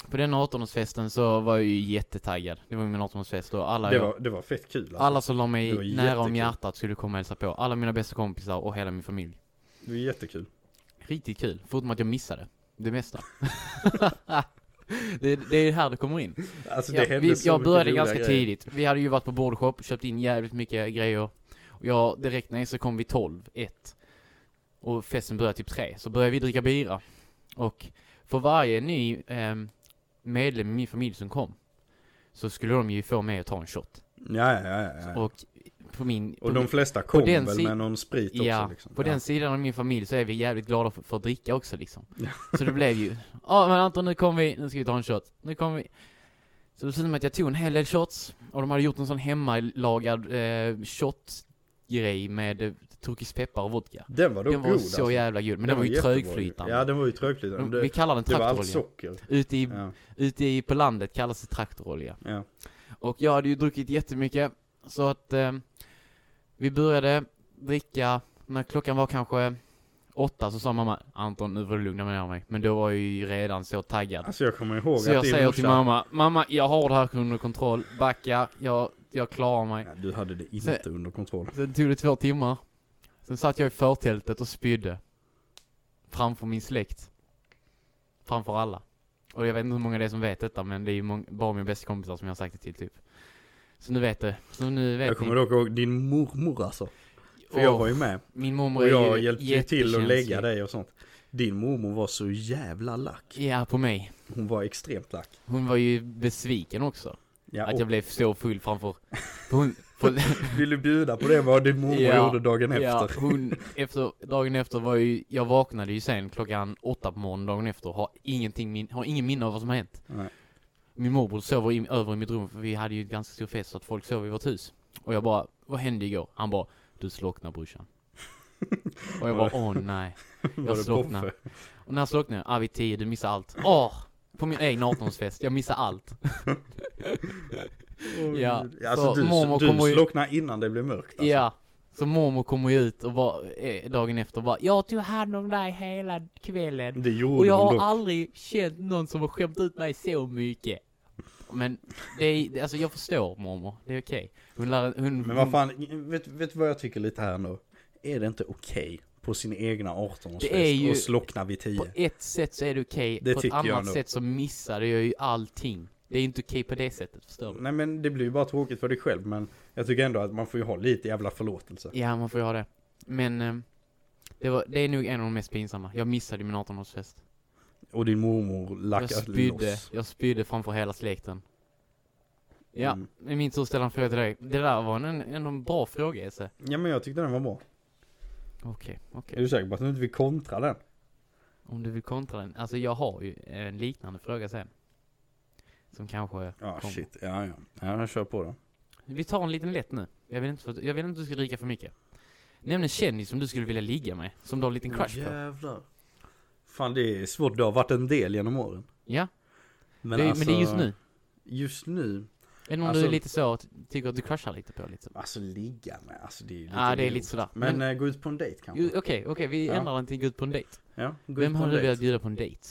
B: på den 18-årsfesten så var jag ju jättetaggad. Det var min 18-årsfest och alla,
A: Det
B: jag,
A: var, det var fett kul alltså.
B: alla som la
A: Det var
B: mig nära
A: jättekul.
B: om hjärtat skulle komma och hälsa på. Alla mina bästa kompisar och hela min familj.
A: Det var jättekul.
B: Riktigt kul, förutom att jag missade det mesta.
A: [LAUGHS]
B: det, det är här det kommer in.
A: Alltså det
B: Ja,
A: hände
B: vi,
A: så
B: jag
A: mycket
B: började
A: roliga
B: ganska
A: grejer.
B: tidigt. Vi hade ju varit på boardshop, köpt in jävligt mycket grejer. Och jag, direkt när så kom vi 12, 1. Och festen började typ 3. Så började vi dricka bira. Och för varje ny ehm, medlem i min familj som kom så skulle de ju få mig att ta en shot.
A: Ja, ja, ja. ja. Och,
B: Och på min... på
A: de
B: min-
A: flesta kom
B: den
A: väl
B: si-
A: med någon sprit också
B: Ja,
A: liksom.
B: på
A: ja.
B: den sidan av min familj så är vi jävligt glada för, för att dricka också liksom.
A: [LAUGHS] Ja.
B: Så det blev ju, ja men Anton nu kommer vi, nu ska vi ta en shot, nu kommer vi. Så det slutade med att jag tog en hel del shots, och de hade gjort en sån hemmalagad eh, shotgrej med eh, turkisk peppar och vodka.
A: Den var dock
B: Den var
A: god
B: så
A: alltså.
B: jävla god, men den, var ju
A: jättebra
B: trögflytande. Mm,
A: Ja den var ju trögflytande.
B: De-
A: Det,
B: vi kallar den
A: det var allt
B: traktorolja.
A: socker.
B: Ute i,
A: Ja,
B: ute i, på landet kallas det traktorolja.
A: ja.
B: Och jag hade ju druckit jättemycket, så att eh, vi började dricka, när klockan var kanske åtta så sa mamma Anton nu får du lugna ner mig, men då var jag ju redan så taggad.
A: Alltså jag kommer ihåg
B: Så jag
A: din
B: säger
A: morsa-
B: till mamma, mamma jag har det här under kontroll, backa, jag, jag klarar mig.
A: Ja, du hade det inte under kontroll.
B: Sen tog det två timmar, sen satt jag i förtältet och spydde. Framför min släkt. Framför alla. Och jag vet inte hur många det är som vet detta, men det är ju mång- bara mina bästa kompisar som jag har sagt det till typ. Så nu vet du. Så nu vet
A: Jag
B: ni.
A: kommer dock ihåg din mormor alltså. För jag var ju med.
B: Min mormor
A: Och
B: är
A: jag
B: ju
A: hjälpte ju till att lägga
B: jättekänslig.
A: dig och sånt. Din mormor var så jävla lack.
B: Ja, på mig.
A: Hon var extremt lack.
B: Hon var ju besviken också.
A: Ja,
B: att
A: och
B: jag blev så full framför... Hon, för,
A: Vill du bjuda på det vad din mormor
B: Ja,
A: gjorde dagen
B: ja,
A: efter? [LAUGHS]
B: hon, efter, dagen efter var ju, jag vaknade ju sen klockan åtta på morgonen dagen efter, har ingenting, min, har ingen minne av vad som har hänt.
A: Nej.
B: Min morbror sover i, över i mitt rum, för vi hade ju ett ganska stor fest så att folk sov i vårt hus. Och jag bara, vad hände igår? Han bara, du
A: [LAUGHS]
B: slocknade brorsan. Och jag bara, åh nej.
A: Var det
B: slocknar.
A: Boffe?
B: Och när jag slocknade, ah vid tio, du missade allt. Åh! på min egen 18-årsfest, jag
A: [LAUGHS]
B: missade allt.
A: Åh,
B: Ja,
A: gud. Alltså
B: så
A: du,
B: mormor kommer
A: du
B: ju-
A: slocknar innan det blir mörkt alltså.
B: Ja. Så mormor kommer ju ut och bara, eh, dagen efter bara, jag tog hand om dig hela kvällen.
A: Det gjorde
B: Och jag
A: hon
B: har
A: dock.
B: aldrig känt någon som har skämt ut mig så mycket. Men det är, alltså jag förstår mormor, det är okej. Hon lär, hon,
A: Men vad fan, vet, vet du vad jag tycker lite här nu? Är det inte okej på sin egna 18-årsfest
B: Det är ju-
A: och slockna vid 10?
B: På ett sätt så är det okej,
A: Det
B: på ett
A: tycker jag
B: annat
A: nog.
B: sätt så missade jag ju allting. Det är inte okej på det sättet, förstår du?
A: Nej men det blir ju bara tråkigt för dig själv men jag tycker ändå att man får ju ha lite jävla förlåtelse.
B: Ja, man får ju ha det. Men, ehm, det, var, det är nog en av de mest pinsamma. Jag missade min 18-årsfest.
A: Och din mormor
B: Jag
A: lackar
B: spydde,
A: loss.
B: jag spydde framför hela släkten. Ja,
A: Mm.
B: det är min tur att ställa en fråga till dig. Det där var en, en, en bra fråga, Esse.
A: Ja men jag tyckte den var bra.
B: Okej, okej.
A: Är du säker på att du inte vill kontra den?
B: Om du vill kontra den. Alltså jag har ju en liknande fråga sen. Som kanske...
A: Ja
B: Kom.
A: Ah, shit, ja ja. Ja jag kör på då.
B: Vi tar en liten lätt nu. Jag vill inte, jag vill inte att du ska dricka för mycket. Nämn en kändis som du skulle vilja ligga med. Som du har en liten crush på.
A: Jävlar. Fan det är svårt, det har varit en del genom åren. alltså,
B: Ja, men det, är- men det är just nu.
A: Just nu,
B: Är det någon
A: alltså-
B: du är lite så, att- tycker att du crushar lite på lite?
A: alltså ligga med, alltså det är ju lite
B: Ja, ah, det är
A: grovt.
B: lite sådär.
A: Men,
B: Men-
A: eh, gå ut på en dejt kanske?
B: Jo, Okej, okej, vi
A: Ja.
B: ändrar den till gå ut på en dejt.
A: ja, gå ut
B: Vem
A: på
B: har
A: en
B: du
A: dejt.
B: velat bjuda på en dejt?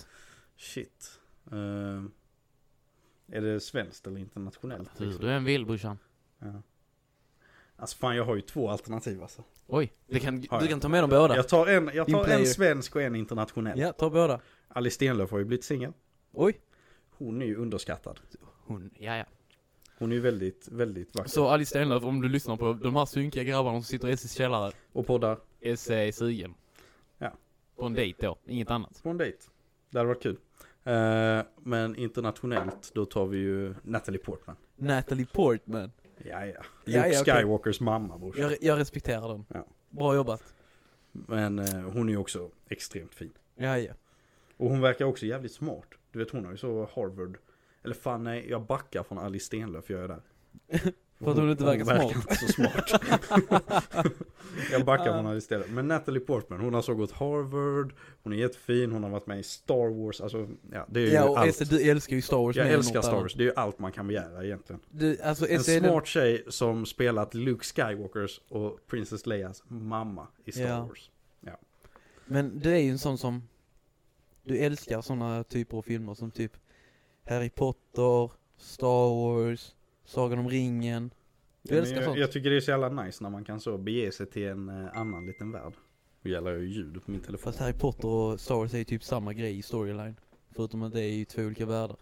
A: Shit. Eh, är det svenskt eller internationellt?
B: Hur
A: liksom?
B: du än vill brorsan.
A: Ja. Alltså fan jag har ju två alternativ alltså.
B: Oj, det kan,
A: Har
B: du
A: jag.
B: kan ta med dem båda.
A: Jag tar en, jag
B: Din
A: tar
B: player.
A: en svensk och en internationell.
B: Ja, ta båda.
A: Alice Stenlöf har ju blivit singel.
B: Oj.
A: Hon är ju underskattad.
B: Hon, ja, ja.
A: Hon är ju väldigt, väldigt vacker.
B: Så Alice Stenlöf, om du lyssnar på de här synkiga grabbarna som sitter i SS källare,
A: Och poddar
B: Esse är sugen.
A: Ja.
B: På en dejt då, inget annat.
A: på en dejt. Det hade varit kul. Eh, men internationellt, då tar vi ju Natalie Portman.
B: Natalie Portman.
A: Ja, ja. Luke
B: Ja, ja, okej.
A: Skywalkers mamma brorsan.
B: jag respekterar dem.
A: Ja.
B: Bra jobbat.
A: Men eh, hon är ju också extremt fin.
B: Ja, ja.
A: Och hon verkar också jävligt smart. Du vet hon har ju så Harvard. Eller fan nej, jag backar från Alice Stenlöf, jag är där.
B: För att hon inte verkar smart.
A: Verkar inte så smart. jag backar
B: [LAUGHS]
A: från Alice Stenlöf. Men Natalie Portman, hon har så gått Harvard. Hon är jättefin, hon har varit med i Star Wars. Alltså, ja, det är ju allt.
B: du älskar ju Star Wars
A: jag älskar Star Wars, det är ju allt man kan begära egentligen.
B: Du, alltså
A: En smart tjej som spelat Luke Skywalkers och Princess Leias mamma i Star
B: Ja.
A: Wars.
D: Men du är ju en sån som Du älskar såna typer av filmer som typ Harry Potter, Star Wars, Sagan om ringen Du
A: Men
D: älskar
A: jag,
D: sånt?
A: jag tycker det är så jävla nice när man kan så bege sig till en eh, annan liten värld. Nu gäller jag ju ljud på min telefon. [LAUGHS]
D: Fast Harry Potter och Star Wars är ju typ samma grej i storyline Förutom att det är ju två
A: [LAUGHS]
D: olika världar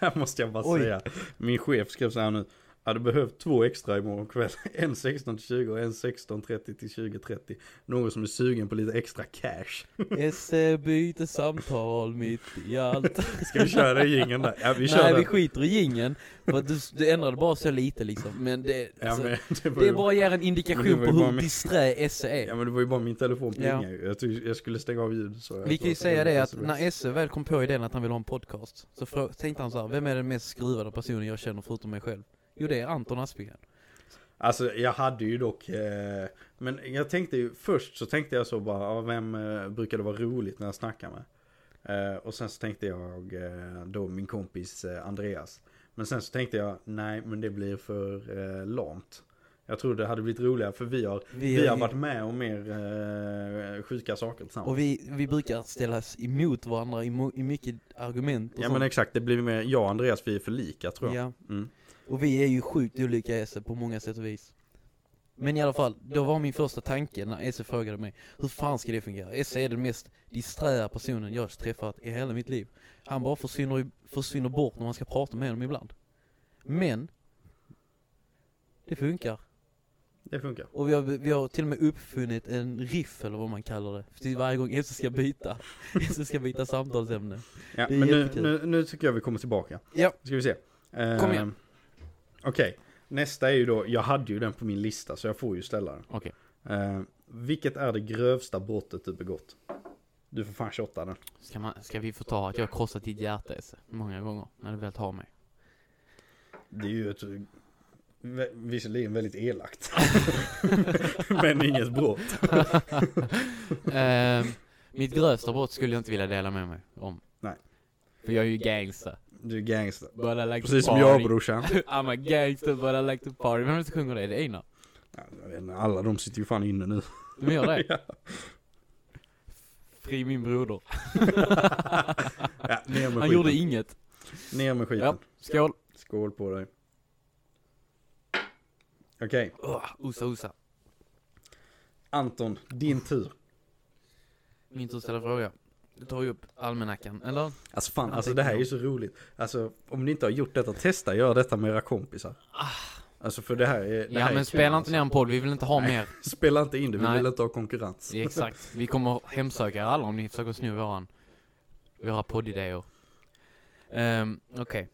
A: Där måste jag bara
D: Oj.
A: säga. Min chef skrev så här nu. Hade behövt två extra imorgon kväll. [LAUGHS] En 16 till 20 och en 16.30 till 20.30. Någon som är sugen på lite extra cash.
D: Esse byter samtal mitt i allt
A: Ska vi köra
D: [LAUGHS]
A: den jingeln där? Ja vi kör
D: Nej
A: den.
D: vi skiter i gingen För att du, du ändrade bara så lite liksom Men det,
A: ja,
D: alltså,
A: men, [LAUGHS] det var
D: det
A: ju...
D: bara ger en
A: det
D: indikation
A: var ju
D: på
A: bara
D: hur
A: min-
D: disträ Esse är
A: Ja men det var ju bara min telefon
D: Ja.
A: plinga ju. Jag, tyckte- jag skulle stänga av ljudet så. jag
D: Vi kan ju
A: tror
D: säga
A: var
D: det att
A: sms.
D: när Esse väl kom på idén att han ville ha en podcast Så frå- tänkte han så här, vem är den mest skruvade personen jag känner förutom mig själv? Jo det är Anton Aspgren
A: Alltså jag hade ju dock, eh, men jag tänkte ju först så tänkte jag så bara, ja, vem eh, brukar det vara roligt när jag snackar med? Eh, och sen så tänkte jag eh, då min kompis eh, Andreas. Men sen så tänkte jag, nej men det blir för eh, lamt. Jag tror det hade blivit roligare för vi har, vi har varit med om mer eh, sjuka saker tillsammans.
D: Och vi, vi brukar ställas emot varandra i, mo- i mycket argument och
A: ja
D: sånt.
A: men exakt, det blir mer, jag och Andreas vi är för lika tror jag.
D: ja.
A: Mm.
D: Och vi är ju sjukt olika Esse på många sätt och vis Men i alla fall, då var min första tanke när Esse frågade mig Hur fan ska det fungera? Esse är den mest disträa personen jag har träffat i hela mitt liv Han bara försvinner, i- försvinner bort när man ska prata med honom ibland Men Det funkar
A: Det funkar.
D: Och vi har, vi har till och med uppfunnit en riff eller vad man kallar det. För det är varje gång Esse ska byta. [LAUGHS] Esse ska byta samtalsämne.
A: Ja,
D: Det är
A: men nu,
D: jättekul.
A: nu, nu tycker jag vi kommer tillbaka.
D: Ja.
A: Ska vi se. Eh,
B: Kom igen.
A: Okej. Nästa är ju då, jag hade ju den på min lista så jag får ju ställa den.
B: Okej.
A: Eh, vilket är det grövsta brottet du begått? Du får fan shotta den.
B: Ska, man, ska vi få ta att jag har krossat ditt hjärta Esse? Många gånger när du väl
A: [LAUGHS]
B: tar mig.
A: Det är ju ett... vä- Visserligen väldigt elakt. [LAUGHS] men inget brott.
B: Ehm, mitt grövsta brott skulle jag inte vilja dela med mig om.
A: Nej.
B: För jag är ju gangster.
A: Du är gangster.
B: But I like
A: Precis
B: to
A: som
B: party.
A: jag brorsan.
B: I'm a gangster but I like to party. Vem är det som sjunger det? Är det Einar?
A: Ja, jag vet inte, Alla de sitter ju fan inne nu.
B: De gör det?
A: Ja.
B: Fri min broder.
A: Ja, ner med
B: Han gjorde
A: skiten.
B: inget.
A: Ner med skiten.
B: Ja, skål.
A: Skål på dig. Okej,
B: Oh, osa osa.
A: Anton, din tur.
B: Min tur att ställa fråga. Du tar ju upp almanackan, eller?
A: Alltså fan, alltså det här är ju så roligt. Alltså om ni inte har gjort detta, testa göra detta med era kompisar. Alltså för det här är... Det
B: Ah. Ja
A: här är
B: men
A: kul,
B: spela inte
A: alltså.
B: ner en podd, vi vill inte ha mer.
A: Spela inte in det, vi
B: Nej.
A: vill inte ha konkurrens.
B: Exakt. Vi kommer hemsöka er alla om ni försöker sno våran, våra poddidéer. Um, Okej.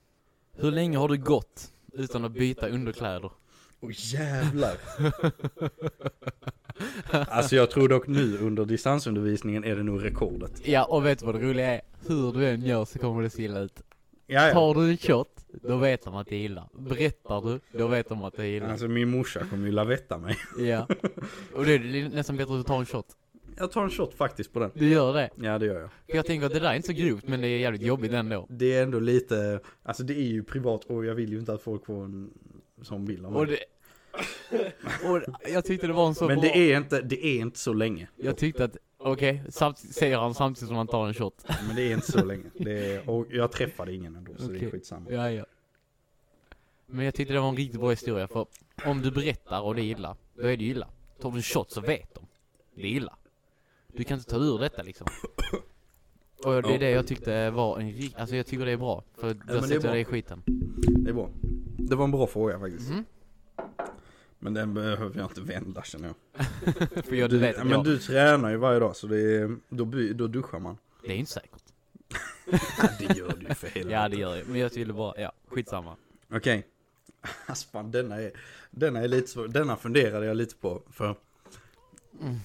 B: Hur länge har du gått utan att byta underkläder?
A: Åh jävlar. [LAUGHS] alltså jag tror dock nu under distansundervisningen är det nog rekordet.
B: Ja, och vet du vad det roliga är? Hur du än gör så kommer det se illa ut.
A: Ja, ja.
B: Tar du en shot, då vet de att det är illa. Berättar du, då vet de att det är illa.
A: Alltså min morsa kommer ju lavetta mig.
B: Ja. Och då är det nästan bättre att du tar en shot.
A: Jag tar en shot faktiskt på den.
B: Du gör det.
A: Ja det gör jag.
B: För jag tänker att det där är inte så grovt, men det är jävligt jobbigt ändå.
A: Det är ändå lite, alltså det är ju privat och jag vill ju inte att folk får en sån bild av
B: Och
A: mig.
B: det... Och jag tyckte det var en så
A: Men
B: bra...
A: det är inte, det är inte så länge.
B: Jag tyckte att, okej, samt- säger han samtidigt som han tar en shot.
A: Men det är inte [LAUGHS] så länge. Det är, och jag träffade ingen ändå så det är
B: Okej.
A: skitsamma.
B: Ja, ja. Men jag tyckte det var en riktigt bra historia, för om du berättar och det är illa, då är det ju illa. Tar du en shot så vet de. Det är illa. Du kan inte ta ur detta liksom. Och det är det jag tyckte var en rik... Alltså jag tycker det är bra, för då
A: det är
B: sätter jag
A: bra.
B: dig i skiten.
A: Det är bra. Det var en bra fråga faktiskt.
B: Mhm.
A: Men den behöver jag inte vända känner jag.
B: [LAUGHS] För jag,
A: Du,
B: du vet
A: ja,
B: att
A: men
B: jag...
A: du tränar ju varje dag så det är, då, by, då duschar man.
B: Det är inte säkert.
A: det gör du ju för helvete.
B: Ja, det gör jag. Men jag tyckte bara, ja, skitsamma.
A: Okej. [LAUGHS] Alltså fan, denna är, denna är lite svår. Denna funderade jag lite på för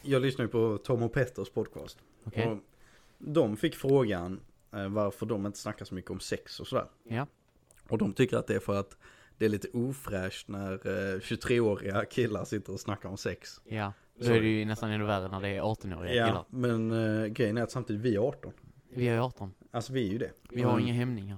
A: jag lyssnar ju på Tom och Petters podcast.
B: Mm. Okej.
A: Och de fick frågan eh, varför de inte snackar så mycket om sex och sådär.
B: Ja.
A: Och de tycker att det är för att det är lite ofräscht när eh, 23-åriga killar sitter och snackar om sex.
B: Ja. Då är det ju nästan ännu värre när det är 18-åriga killar.
A: Ja, men eh, grejen är att samtidigt vi är 18.
B: Vi är ju 18.
A: Alltså vi är ju det.
B: Vi har
A: Mm.
B: inga hämningar.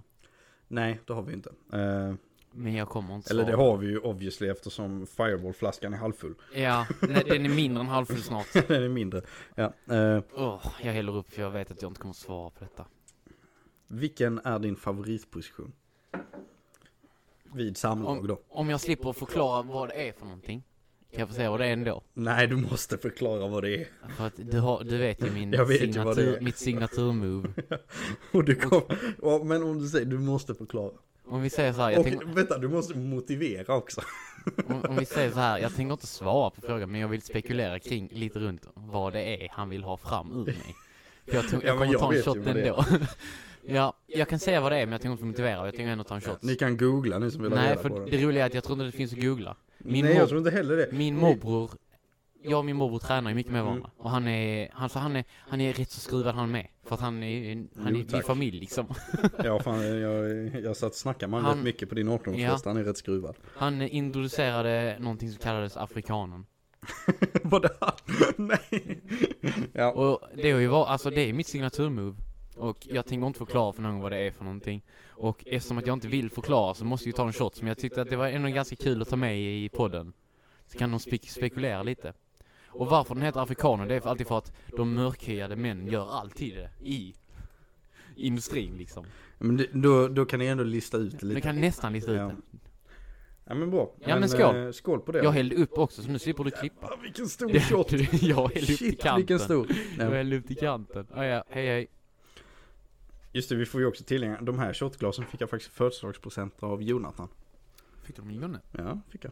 A: Nej, det har vi inte. Eh,
B: Men jag kommer inte
A: eller det
B: svara.
A: har vi ju obviously eftersom fireballflaskan är halvfull.
B: Ja, nej, den är mindre än halvfull
A: [LAUGHS]
B: snart.
A: Den är mindre. Ja. Eh,
B: Åh, jag häller upp för jag vet att jag inte kommer svara på detta.
A: vilken är din favoritposition? Vid samlag då?
B: Om jag slipper förklara vad det är för någonting, kan jag få säga vad det är ändå?
A: Nej, du måste förklara vad det är. [LAUGHS]
B: För att du, har, du vet ju min
A: Jag vet ju vad det
B: signatur,
A: är.
B: mitt signaturmove.
A: Och du kom, Ja, men om du säger, du måste förklara.
B: Om vi säger så här, jag
A: Och
B: tänker,
A: vänta, du måste motivera också.
B: om, om vi säger så här, jag tänker inte svara på frågan, men jag vill spekulera kring, lite runt, vad det är han vill ha fram ur mig. För jag, tror-
A: Ja,
B: jag
A: men
B: kommer
A: jag
B: ta en
A: vet ju
B: shot
A: vad det är.
B: ändå. [LAUGHS] ja, jag kan säga vad det är, men jag tänker inte motivera, och jag tänker ändå ta en shot.
A: Ni kan googla ni som vill ha
B: Nej,
A: reda
B: för
A: på den.
B: det roliga är att jag tror inte det finns att googla. min
A: Nej, jag
B: mob-
A: tror inte heller det.
B: Min morbror, jag och min morbror tränar ju mycket
A: Mm.
B: med varandra. Och han är, han, så han är, han är rätt så skruvad han med. För att han är, han
A: Jo,
B: är min
A: tack.
B: familj liksom.
A: Ja, fan, jag, jag satt och snackade med han
B: Han-
A: rätt mycket på din 18-årsfest, han är rätt skruvad.
B: Han introducerade någonting som kallades afrikanen.
A: Var det han? Nej. Ja,
B: Och det är ju var, alltså det är mitt signaturmove. Och jag tänker inte förklara för någon vad det är för någonting. Och eftersom att jag inte vill förklara så måste jag ju ta en shot. Men jag tyckte att det var ändå ganska kul att ta med i podden. Så kan de spek- spekulera lite. Och varför den heter afrikaner, det är för- alltid för att de mörkhyade männen gör alltid det i industrin liksom.
A: men det, då, då kan ni ändå lista ut
B: Du
A: lite.
B: kan nästan lista ut
A: Ja.
B: det.
A: Ja, men bra.
B: Ja, men skål.
A: eh, skål på det.
B: Jag hällde upp också så nu slipper du klippa.
A: Ah, vilken stor shot.
B: [LAUGHS] jag hällde upp till
A: Shit, vilken
B: kanten.
A: stor.
B: Jag
A: Nej.
B: hällde upp till kanten. Ah, ja. Hej hej.
A: Just det, vi får ju också tillägga, de här shotglasen fick jag faktiskt i födelsedagspresent av Jonathan.
B: Fick du dem i munnen?
A: Ja, fick jag.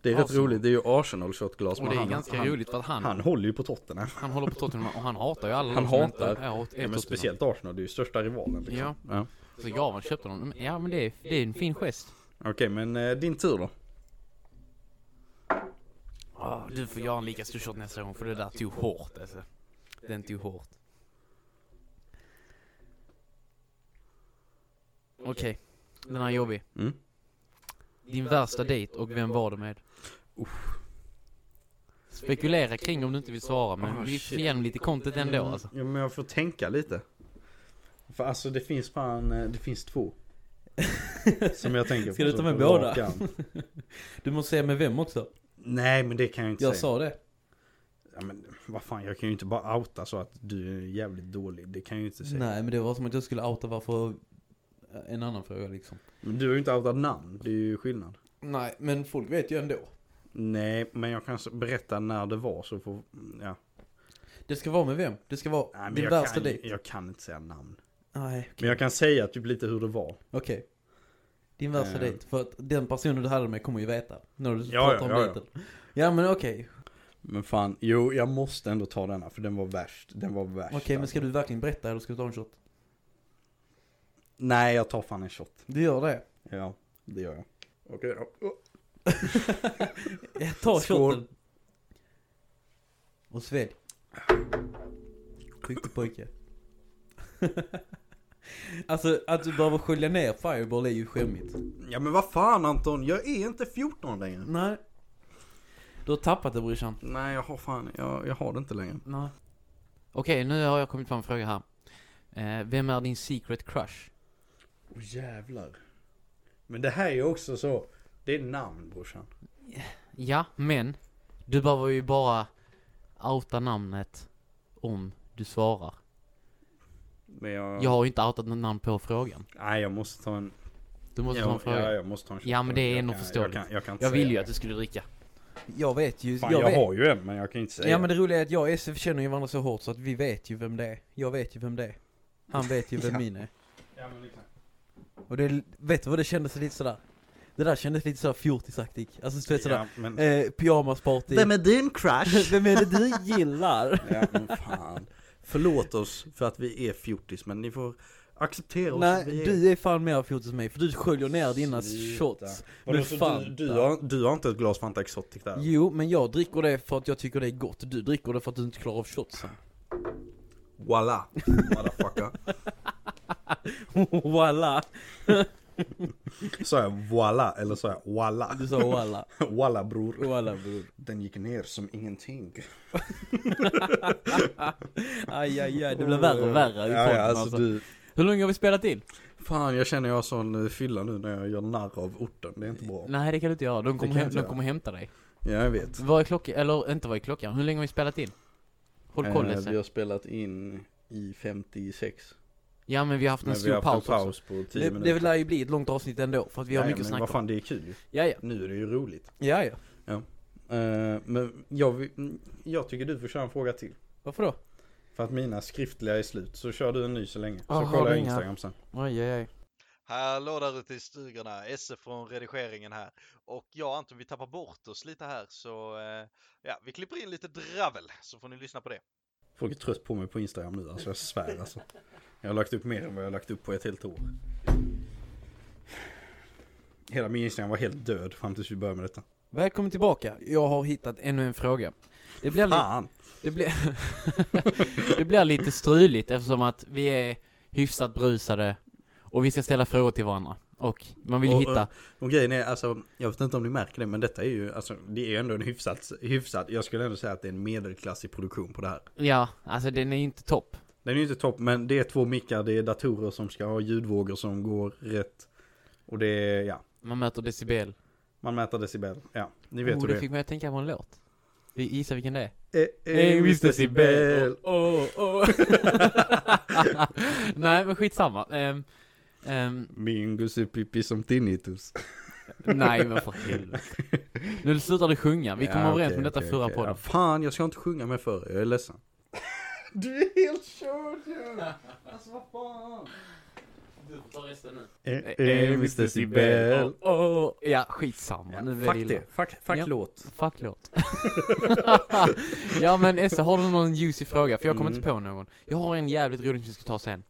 A: Det är rätt
B: Arsenal.
A: roligt, det är ju Arsenal shotglas.
B: Och
A: men
B: det är
A: han,
B: ganska
A: han,
B: roligt för att han,
A: Han
B: han,
A: håller ju på Tottenham.
B: håller på Tottenham och han hatar ju alla
A: Han
B: de som
A: hatar.
B: Inte, ja, åt- är
A: Ja, men
B: Tottenham.
A: speciellt Arsenal, det är ju största rivalen. Liksom.
B: Ja.
A: Ja.
B: Så Gavan köpte honom. Men- Ja men det är, det är en fin gest.
A: Okej, men eh, din tur då.
B: Ah, du får göra en lika stor shot nästa gång för det där tog hårt alltså. Den tog hårt. Okej, den här är jobbig.
A: Mm.
B: Din värsta dejt och vem var du med? Spekulera kring om du inte vill svara men
A: Ah,
B: vi
A: shit.
B: får igenom lite content ändå alltså.
A: Ja, men jag får tänka lite. För alltså det finns fan, eh, det finns [LAUGHS] två. Som jag tänker på.
D: Ska du ta
A: så
D: med
A: på rak
D: båda?
A: arm.
D: Du måste säga med vem också.
A: Nej men det kan jag inte
D: Jag
A: säga.
D: sa det.
A: Ja, men vad fan jag kan ju inte bara outa så att du är jävligt dålig. Det kan jag ju inte säga.
D: Nej men det var som att jag skulle outa varför en annan fråga liksom.
A: Men du har ju inte outat namn. Det är ju skillnad.
D: Nej men folk vet ju ändå.
A: Nej men jag kan s- berätta när det var så får, ja.
D: Det ska vara med vem? Det ska vara
A: Nej, men
D: din
A: jag
D: värsta
A: kan,
D: dejt.
A: Jag kan inte säga namn.
D: Nej
A: Men jag kan säga typ lite hur det var.
D: okej. Din värsta
A: Eh.
D: dejt. För att den personen du hade med kommer ju veta. När du
A: Ja,
D: pratar
A: ja,
D: om
A: ja,
D: dejten. Ja, men okej.
A: Men fan, jo jag måste ändå ta denna för den var värst. Den var värst.
D: Okej men
A: alltså.
D: ska du verkligen berätta eller ska du ta en shot?
A: Nej jag tar fan en shot.
D: Du gör det.
A: Ja, det gör jag. Okej då. Oh,
D: Ja, Ta
A: Skål.
D: shoten. Och svälj. Duktig pojke. [LAUGHS] alltså att du behöver skölja ner Fireball är ju skämmigt.
A: Ja men vad fan Anton, jag är inte 14 längre.
D: Nej. Du har tappat det brorsan.
A: Nej jag har fan, jag, jag har det inte längre.
D: Nej.
B: Okej, nu har jag kommit fram en fråga här. Eh, vem är din secret crush?
A: Åh jävlar. Men det här är ju också så, det är namn brorsan.
B: Ja, men du behöver ju bara outa namnet om du svarar.
A: Men jag...
B: Jag har ju inte outat något namn på frågan.
A: Nej jag måste ta en...
B: Du måste
A: jag,
B: ta en fråga.
A: Ja, jag måste ta en shot.
B: Ja, men det är
A: Jag
B: nog
A: kan-
B: förståeligt.
A: Jag, kan, jag, kan inte
B: Jag
A: säga
B: vill ju
A: det.
B: att du skulle dricka.
D: Jag vet ju.
A: Fan
D: jag
A: jag,
D: vet.
A: har ju en men jag kan inte säga.
D: Ja men det roliga är att jag och SF känner ju varandra så hårt så att vi vet ju vem det är. Jag vet ju vem det är. Han
A: [LAUGHS]
D: vet ju vem
A: Ja.
D: min är.
A: Ja, men liksom.
D: Och det, vet du vad det kändes lite sådär? Det där kändes lite sådär fjortisaktigt. Alltså du vet sådär,
A: Ja, men...
D: eh, pyjamasparty.
A: är din crush?
D: [LAUGHS] Vem är det du gillar?
A: [LAUGHS] ja men fan. Förlåt oss för att vi är fjortis men ni får acceptera oss.
D: Nej,
A: vi är...
D: du är fan mer fjortis än mig för du sköljer ner dina
A: Sluta.
D: shots.
A: Vadå,
D: med
A: så
D: Fanta.
A: du, du, har, du har inte ett glas Fanta Exotic där?
D: Jo, men jag dricker det för att jag tycker det är gott. Du dricker det för att du inte klarar
A: [LAUGHS]
D: av shotsen.
A: Voila, motherfucker.
D: Voila!
A: Sa jag voila eller sa jag walla?
D: Du sa voila.
A: Walla bror.
D: Voila bror.
A: Den gick ner som ingenting.
D: Aj, aj, aj, det blir värre och värre i
A: Ja,
D: podden
A: ja, alltså,
D: alltså.
A: Du,
B: Hur länge har vi spelat till?
A: fan jag känner jag har sån eh, fylla nu när jag gör narr av orten. Det är inte bra.
B: Nej, det kan du inte göra. De kommer,
A: kan jag
B: häm-
A: inte
B: de
A: göra.
B: kommer hämta dig.
A: Ja jag vet.
B: Vad är klockan? Eller inte vad är klockan? Hur länge har vi spelat till? Håll koll
A: Eh,
B: Lasse.
A: vi har spelat in i 56.
B: Ja, men vi har haft en
A: Men vi
B: stor
A: har haft en
B: paus, också.
A: paus på 10
D: Det,
A: minuter.
D: det lär ju bli ett långt avsnitt ändå för att vi har
A: Ja, ja,
D: mycket
A: men
D: att snacka
A: vad
D: om.
A: fan det är kul ju.
D: Ja, ja.
A: Nu är det ju roligt.
D: Ja, ja.
A: Eh, men jag, vill- mm, jag tycker du får köra en fråga till.
D: Varför då?
A: För att mina skriftliga är slut. Så kör du en ny så länge. Så
B: Ah, har
A: kollar
B: du
A: jag
B: inga?
A: Instagram sen.
B: Oj, oj, oj.
E: Hallå där ute i stugorna, Esse från redigeringen här. Och jag och Anton, vi tappar bort oss lite här så eh, ja, vi klipper in lite dravel så får ni lyssna på det.
A: Folk är trött på mig på Instagram nu alltså, jag svär alltså. Jag har lagt upp mer än vad jag har lagt upp på ett helt år. Hela min Instagram var helt död fram tills vi började med detta.
B: Välkommen tillbaka. Jag har hittat ännu en fråga. Det blir, li-
A: Fan!
B: det blir, det blir [LAUGHS] lite struligt eftersom att vi är hyfsat brusade och vi ska ställa frågor till varandra. Och man vill ju
A: Och, eh,
B: hitta...
A: Och grejen är alltså, jag vet inte om ni märker det men detta är ju, alltså det är ju ändå en hyfsat, hyfsat, jag skulle ändå säga att det är en medelklassig produktion på det här.
B: Ja, alltså den är ju inte topp.
A: Den är ju inte topp men det är två mickar, det är datorer som ska ha ljudvågor som går rätt. Och det är, ja,
B: Man möter decibel.
A: man mäter decibel. Ja, ni vet
B: oh,
A: hur
B: det
A: det
B: fick mig att tänka på en låt. Vi gissar vilken det är.
A: är. Eh, eh, visst decibel!
B: Oh, oh. [LAUGHS] Nej, men skitsamma. Um, um,
A: Mingus är pipi som tinnitus.
B: nej, men för helvete. Nu slutar du sjunga. Vi kommer
A: Ja,
B: överens
A: okej,
B: med detta
A: okej,
B: förra
A: okej. Ja,
B: podden.
A: fan, jag ska inte sjunga med för jag är ledsen. du är helt körd ju! Alltså vad fan!
B: Du får ta resten nu.
A: Eh, Mr. Sibel.
B: Åh, ja skitsamma. nu blir
A: Fuck
B: illa.
A: det, fuck, fuck
B: Ja.
A: låt.
B: Fuck låt. [LAUGHS] ja men Esse, har du någon juicy fråga? För jag kommer
A: Mm.
B: inte på någon. Jag har en jävligt rolig som vi ska ta sen.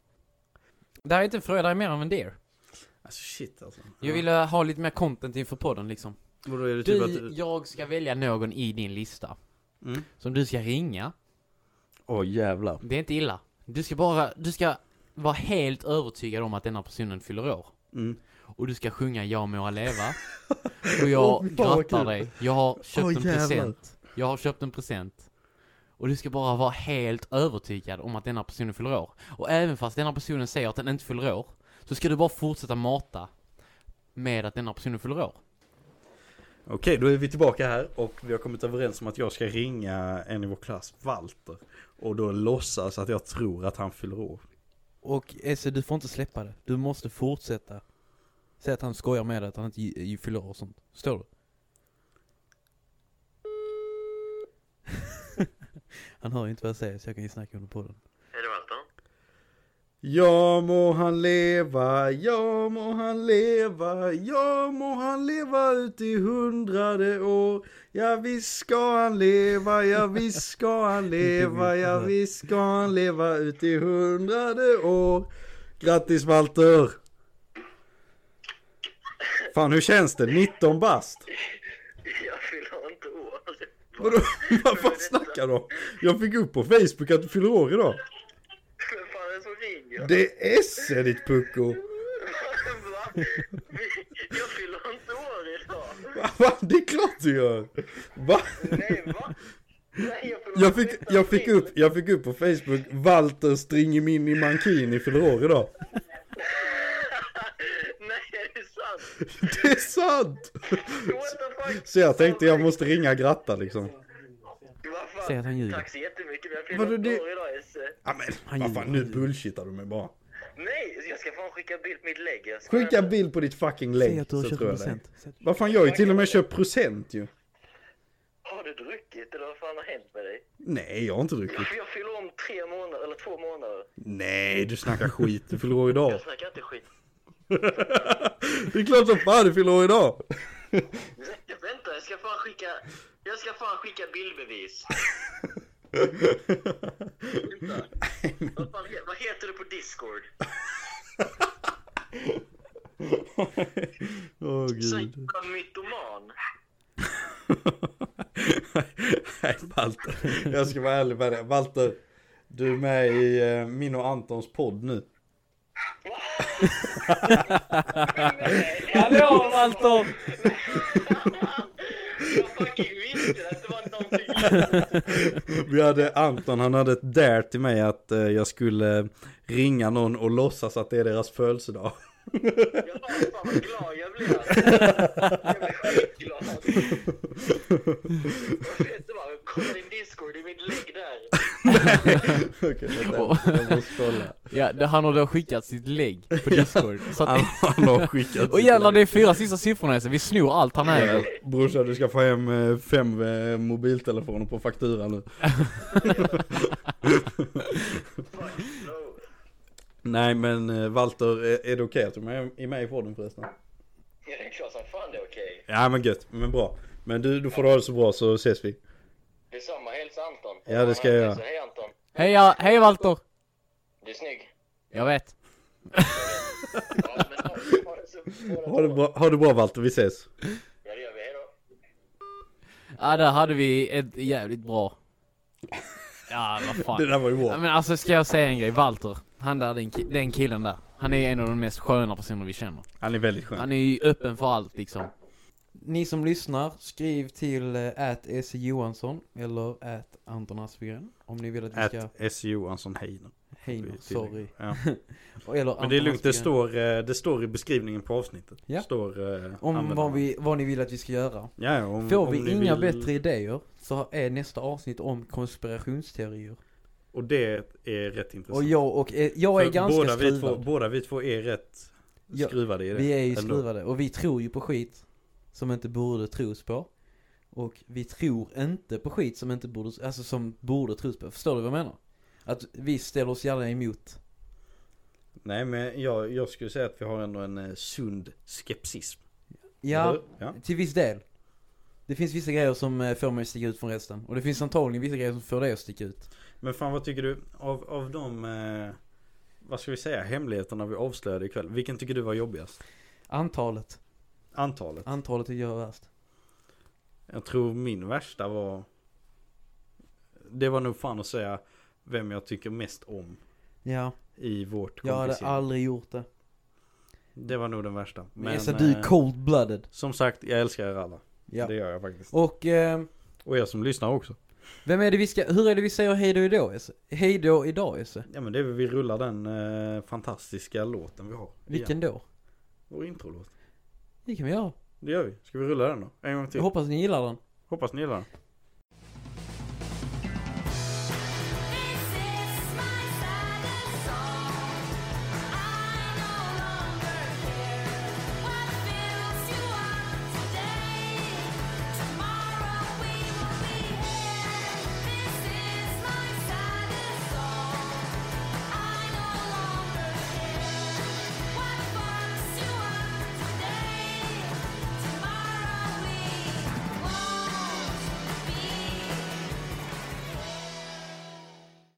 B: Det här är inte en fråga, det här är mer av en deer.
A: Alltså shit alltså.
B: Jag ville eh, ha lite mer content inför podden liksom.
A: Vadå är det typ
B: Du,
A: att...
B: jag ska välja någon i din lista.
A: Mm.
B: Som du ska ringa.
A: Åh jävlar.
B: Det är inte illa. Du ska bara, du ska vara helt övertygad om att denna personen fyller år.
A: Mm.
B: Och du ska sjunga Jag
A: [LAUGHS]
B: må leva. Och jag
A: Åh, fy fan vad
B: grattar
A: kul.
B: dig. Jag har köpt
A: Åh,
B: en
A: jävlar.
B: present. Jag har köpt en present. Och du ska bara vara helt övertygad om att denna personen fyller år. Och även fast denna personen säger att den inte fyller år. Så ska du bara fortsätta mata. Med att denna personen fyller år.
A: Okej, då är vi tillbaka här och vi har kommit överens om att jag ska ringa en i vår klass, Walter. Och då låtsas att jag tror att han fyller år.
D: Och Esse, du får inte släppa det. Du måste fortsätta. Säg att han skojar med dig, att han inte gi- gi- fyller år och sånt. Förstår du? [LAUGHS] han hör ju inte vad jag säger så jag kan ju snacka under podden.
F: Är det Walter?
A: Ja må han leva, ja må han leva, ja må han leva ut i hundrade år. Ja visst ska han leva, ja visst ska han leva, ja visst ska han leva ut i hundrade år. Grattis Walter! Fan hur känns det? 19 bast?
F: Jag fyller inte år.
A: Vadå? [LAUGHS] Vad fan snackar du om? Jag fick upp på Facebook att du fyller år idag.
F: Vem fan är det som ringer?
A: Det är S är ditt pucko!
F: [LAUGHS] Va? Jag fyller inte år idag.
A: Va? Va? Det är klart du gör! Va?
F: Nej, va? Nej, jag, fyller
A: Jag fick,
F: inte
A: jag, fick
F: år.
A: upp, jag fick upp på Facebook Walter Stringi Mini Mankini fyller år idag.
F: [LAUGHS] Nej, det är sant.
A: Det är sant!
F: What the
A: [LAUGHS]
F: fuck?
A: Så jag tänkte jag måste ringa och gratta liksom.
F: Vad fan?
D: Säg att han ljuger.
F: Tack så jättemycket, men jag
A: Vadå,
F: fyller
A: det-
F: inte år idag Esse.
A: Ja men vad fan nu bullshittar du mig bara.
F: Nej, jag ska fan skicka bild på mitt lägg. jag ska-
A: Skicka en bild på ditt fucking
D: Säg
A: lägg
D: att du har
A: så
D: köpt
A: tror
D: en
A: jag dig.
D: present. Säg att-
A: Vad fan jag har ju till och med köpt present ju.
F: Har du druckit eller vad fan har hänt med dig?
A: Nej jag har inte druckit.
F: För jag fyller om tre månader, eller två månader.
A: Nej du snackar skit, du fyller år idag.
F: Jag snackar inte skit.
A: Det är klart som fan du fyller år idag.
F: Jag, vänta, jag ska fan skicka... Jag ska fan skicka bildbevis. Vänta. vad, fan, he- vad heter du på Discord?
A: Åh
F: Så
A: gud.
F: jävla mytoman.
A: Nej, Walter. Jag ska vara ärlig med det. Walter, du är med i eh, min och Antons podd nu.
B: Hallå Walter!
F: Jag fucking visste att det var någonting.
A: Vi hade Anton, han hade ett dare till mig att eh, jag skulle ringa någon och låtsas att det är deras födelsedag. [LAUGHS]
F: Jag var fan vad glad jag blev. Jag blev skitglad. Och Vet du vad? Kolla din Discord i mitt lägg där.
A: Okej, vänta, jag måste kolla.
B: Ja, det, han har då skickat sitt lägg [LAUGHS] på Discord. Så
A: Han,
B: [LAUGHS] att,
A: han har skickat
B: och
A: sitt
B: jävlar det
A: läge.
B: är fyra sista siffrorna Esse, vi snor allt han äger.
A: Brorsa, du ska få hem eh, fem eh, mobiltelefoner på fakturan nu.
F: Så,
A: Nej men eh, Walter, är, är det okej att du är med- är med i podden förresten?
F: Ja, det är klart som fan det är okej.
A: Ja men gött, men bra. Men du, då får du ha det så bra så ses vi.
F: Detsamma, hälsa Anton.
A: Ja, det ska jag göra.
F: Hälsa, Hej Anton.
B: Hej, ja, hej Walter!
F: Du är snygg.
B: Jag vet.
F: Ja, men ha- ha det så
A: Ha det bra, ha det bra Walter, vi ses.
F: Ja, det gör vi. Hej då.
B: Ja, där hade vi ett jävligt bra. Ja, vad
A: Det
B: fan.
A: där var ju
B: Ja,
A: bra.
B: men alltså ska jag säga en grej, Walter. Han där, den, ki- den killen där. Han är en av de mest sköna personer vi känner.
A: Han är väldigt skön.
B: Han är ju öppen för allt liksom.
D: Ni som lyssnar, skriv till att Esse Johansson eller att Anton Aspgren om ni vill att vi ska...
A: Att S. Johansson Heino.
D: Hej nu,
A: vi tillägger.
D: sorry. [LAUGHS]
A: Ja.
D: Eller
A: Men det är
D: Anton
A: lugnt, det
D: Aspgren.
A: står, eh, det står i beskrivningen på avsnittet.
D: Ja.
A: Står, eh,
D: Om vad,
A: användarna.
D: vi, vad ni vill att vi ska göra.
A: ja, ja, om,
D: Får
A: om
D: vi
A: ni
D: inga
A: vill-
D: bättre idéer så är nästa avsnitt om konspirationsteorier.
A: Och det är rätt
D: Och
A: intressant.
D: jag och eh, jag är
A: För
D: ganska
A: båda vi, två,
D: skruvad.
A: båda vi två är rätt
D: Ja,
A: skruvade i det.
D: Vi är ju
A: ändå.
D: skruvade och vi tror ju på skit som inte borde tros på. Och vi tror inte på skit som inte borde, alltså som borde tros på. Förstår du vad jag menar? Att vi ställer oss gärna emot.
E: Nej men jag, jag skulle säga att vi har ändå en eh, sund skepsism.
D: Ja,
E: Eller? ja.
D: till viss del. Det finns vissa grejer som eh, får mig att sticka ut från resten. Och det finns antagligen vissa grejer som får dig att sticka ut.
E: Men fan vad tycker du av, av de, eh, vad ska vi säga, hemligheterna vi avslöjade ikväll. Vilken tycker du var jobbigast?
D: Antalet.
E: Antalet.
D: Antalet tycker jag är värst.
E: Jag tror min värsta var Det var nog fan att säga Vem jag tycker mest om
D: Ja,
E: I vårt
D: jag hade
E: kompisgäng
D: aldrig gjort det.
E: Det var nog den värsta
D: Men,
E: Men
D: du
E: eh,
D: är cold-blooded.
E: Som sagt, jag älskar er alla
D: Ja.
E: Det gör jag faktiskt
D: Och eh,
E: Och er som lyssnar också
D: vem är det vi ska, hur är det vi säger hejdå idag Esse? Hejdå idag Esse?
E: Ja men det är väl vi rullar den eh, fantastiska låten vi har
D: Vilken
E: Igen.
D: då?
E: Vår introlåt
D: Det kan vi göra.
E: Det gör vi Ska vi rulla den då? En gång till
D: Jag hoppas ni gillar den.
E: Hoppas ni gillar den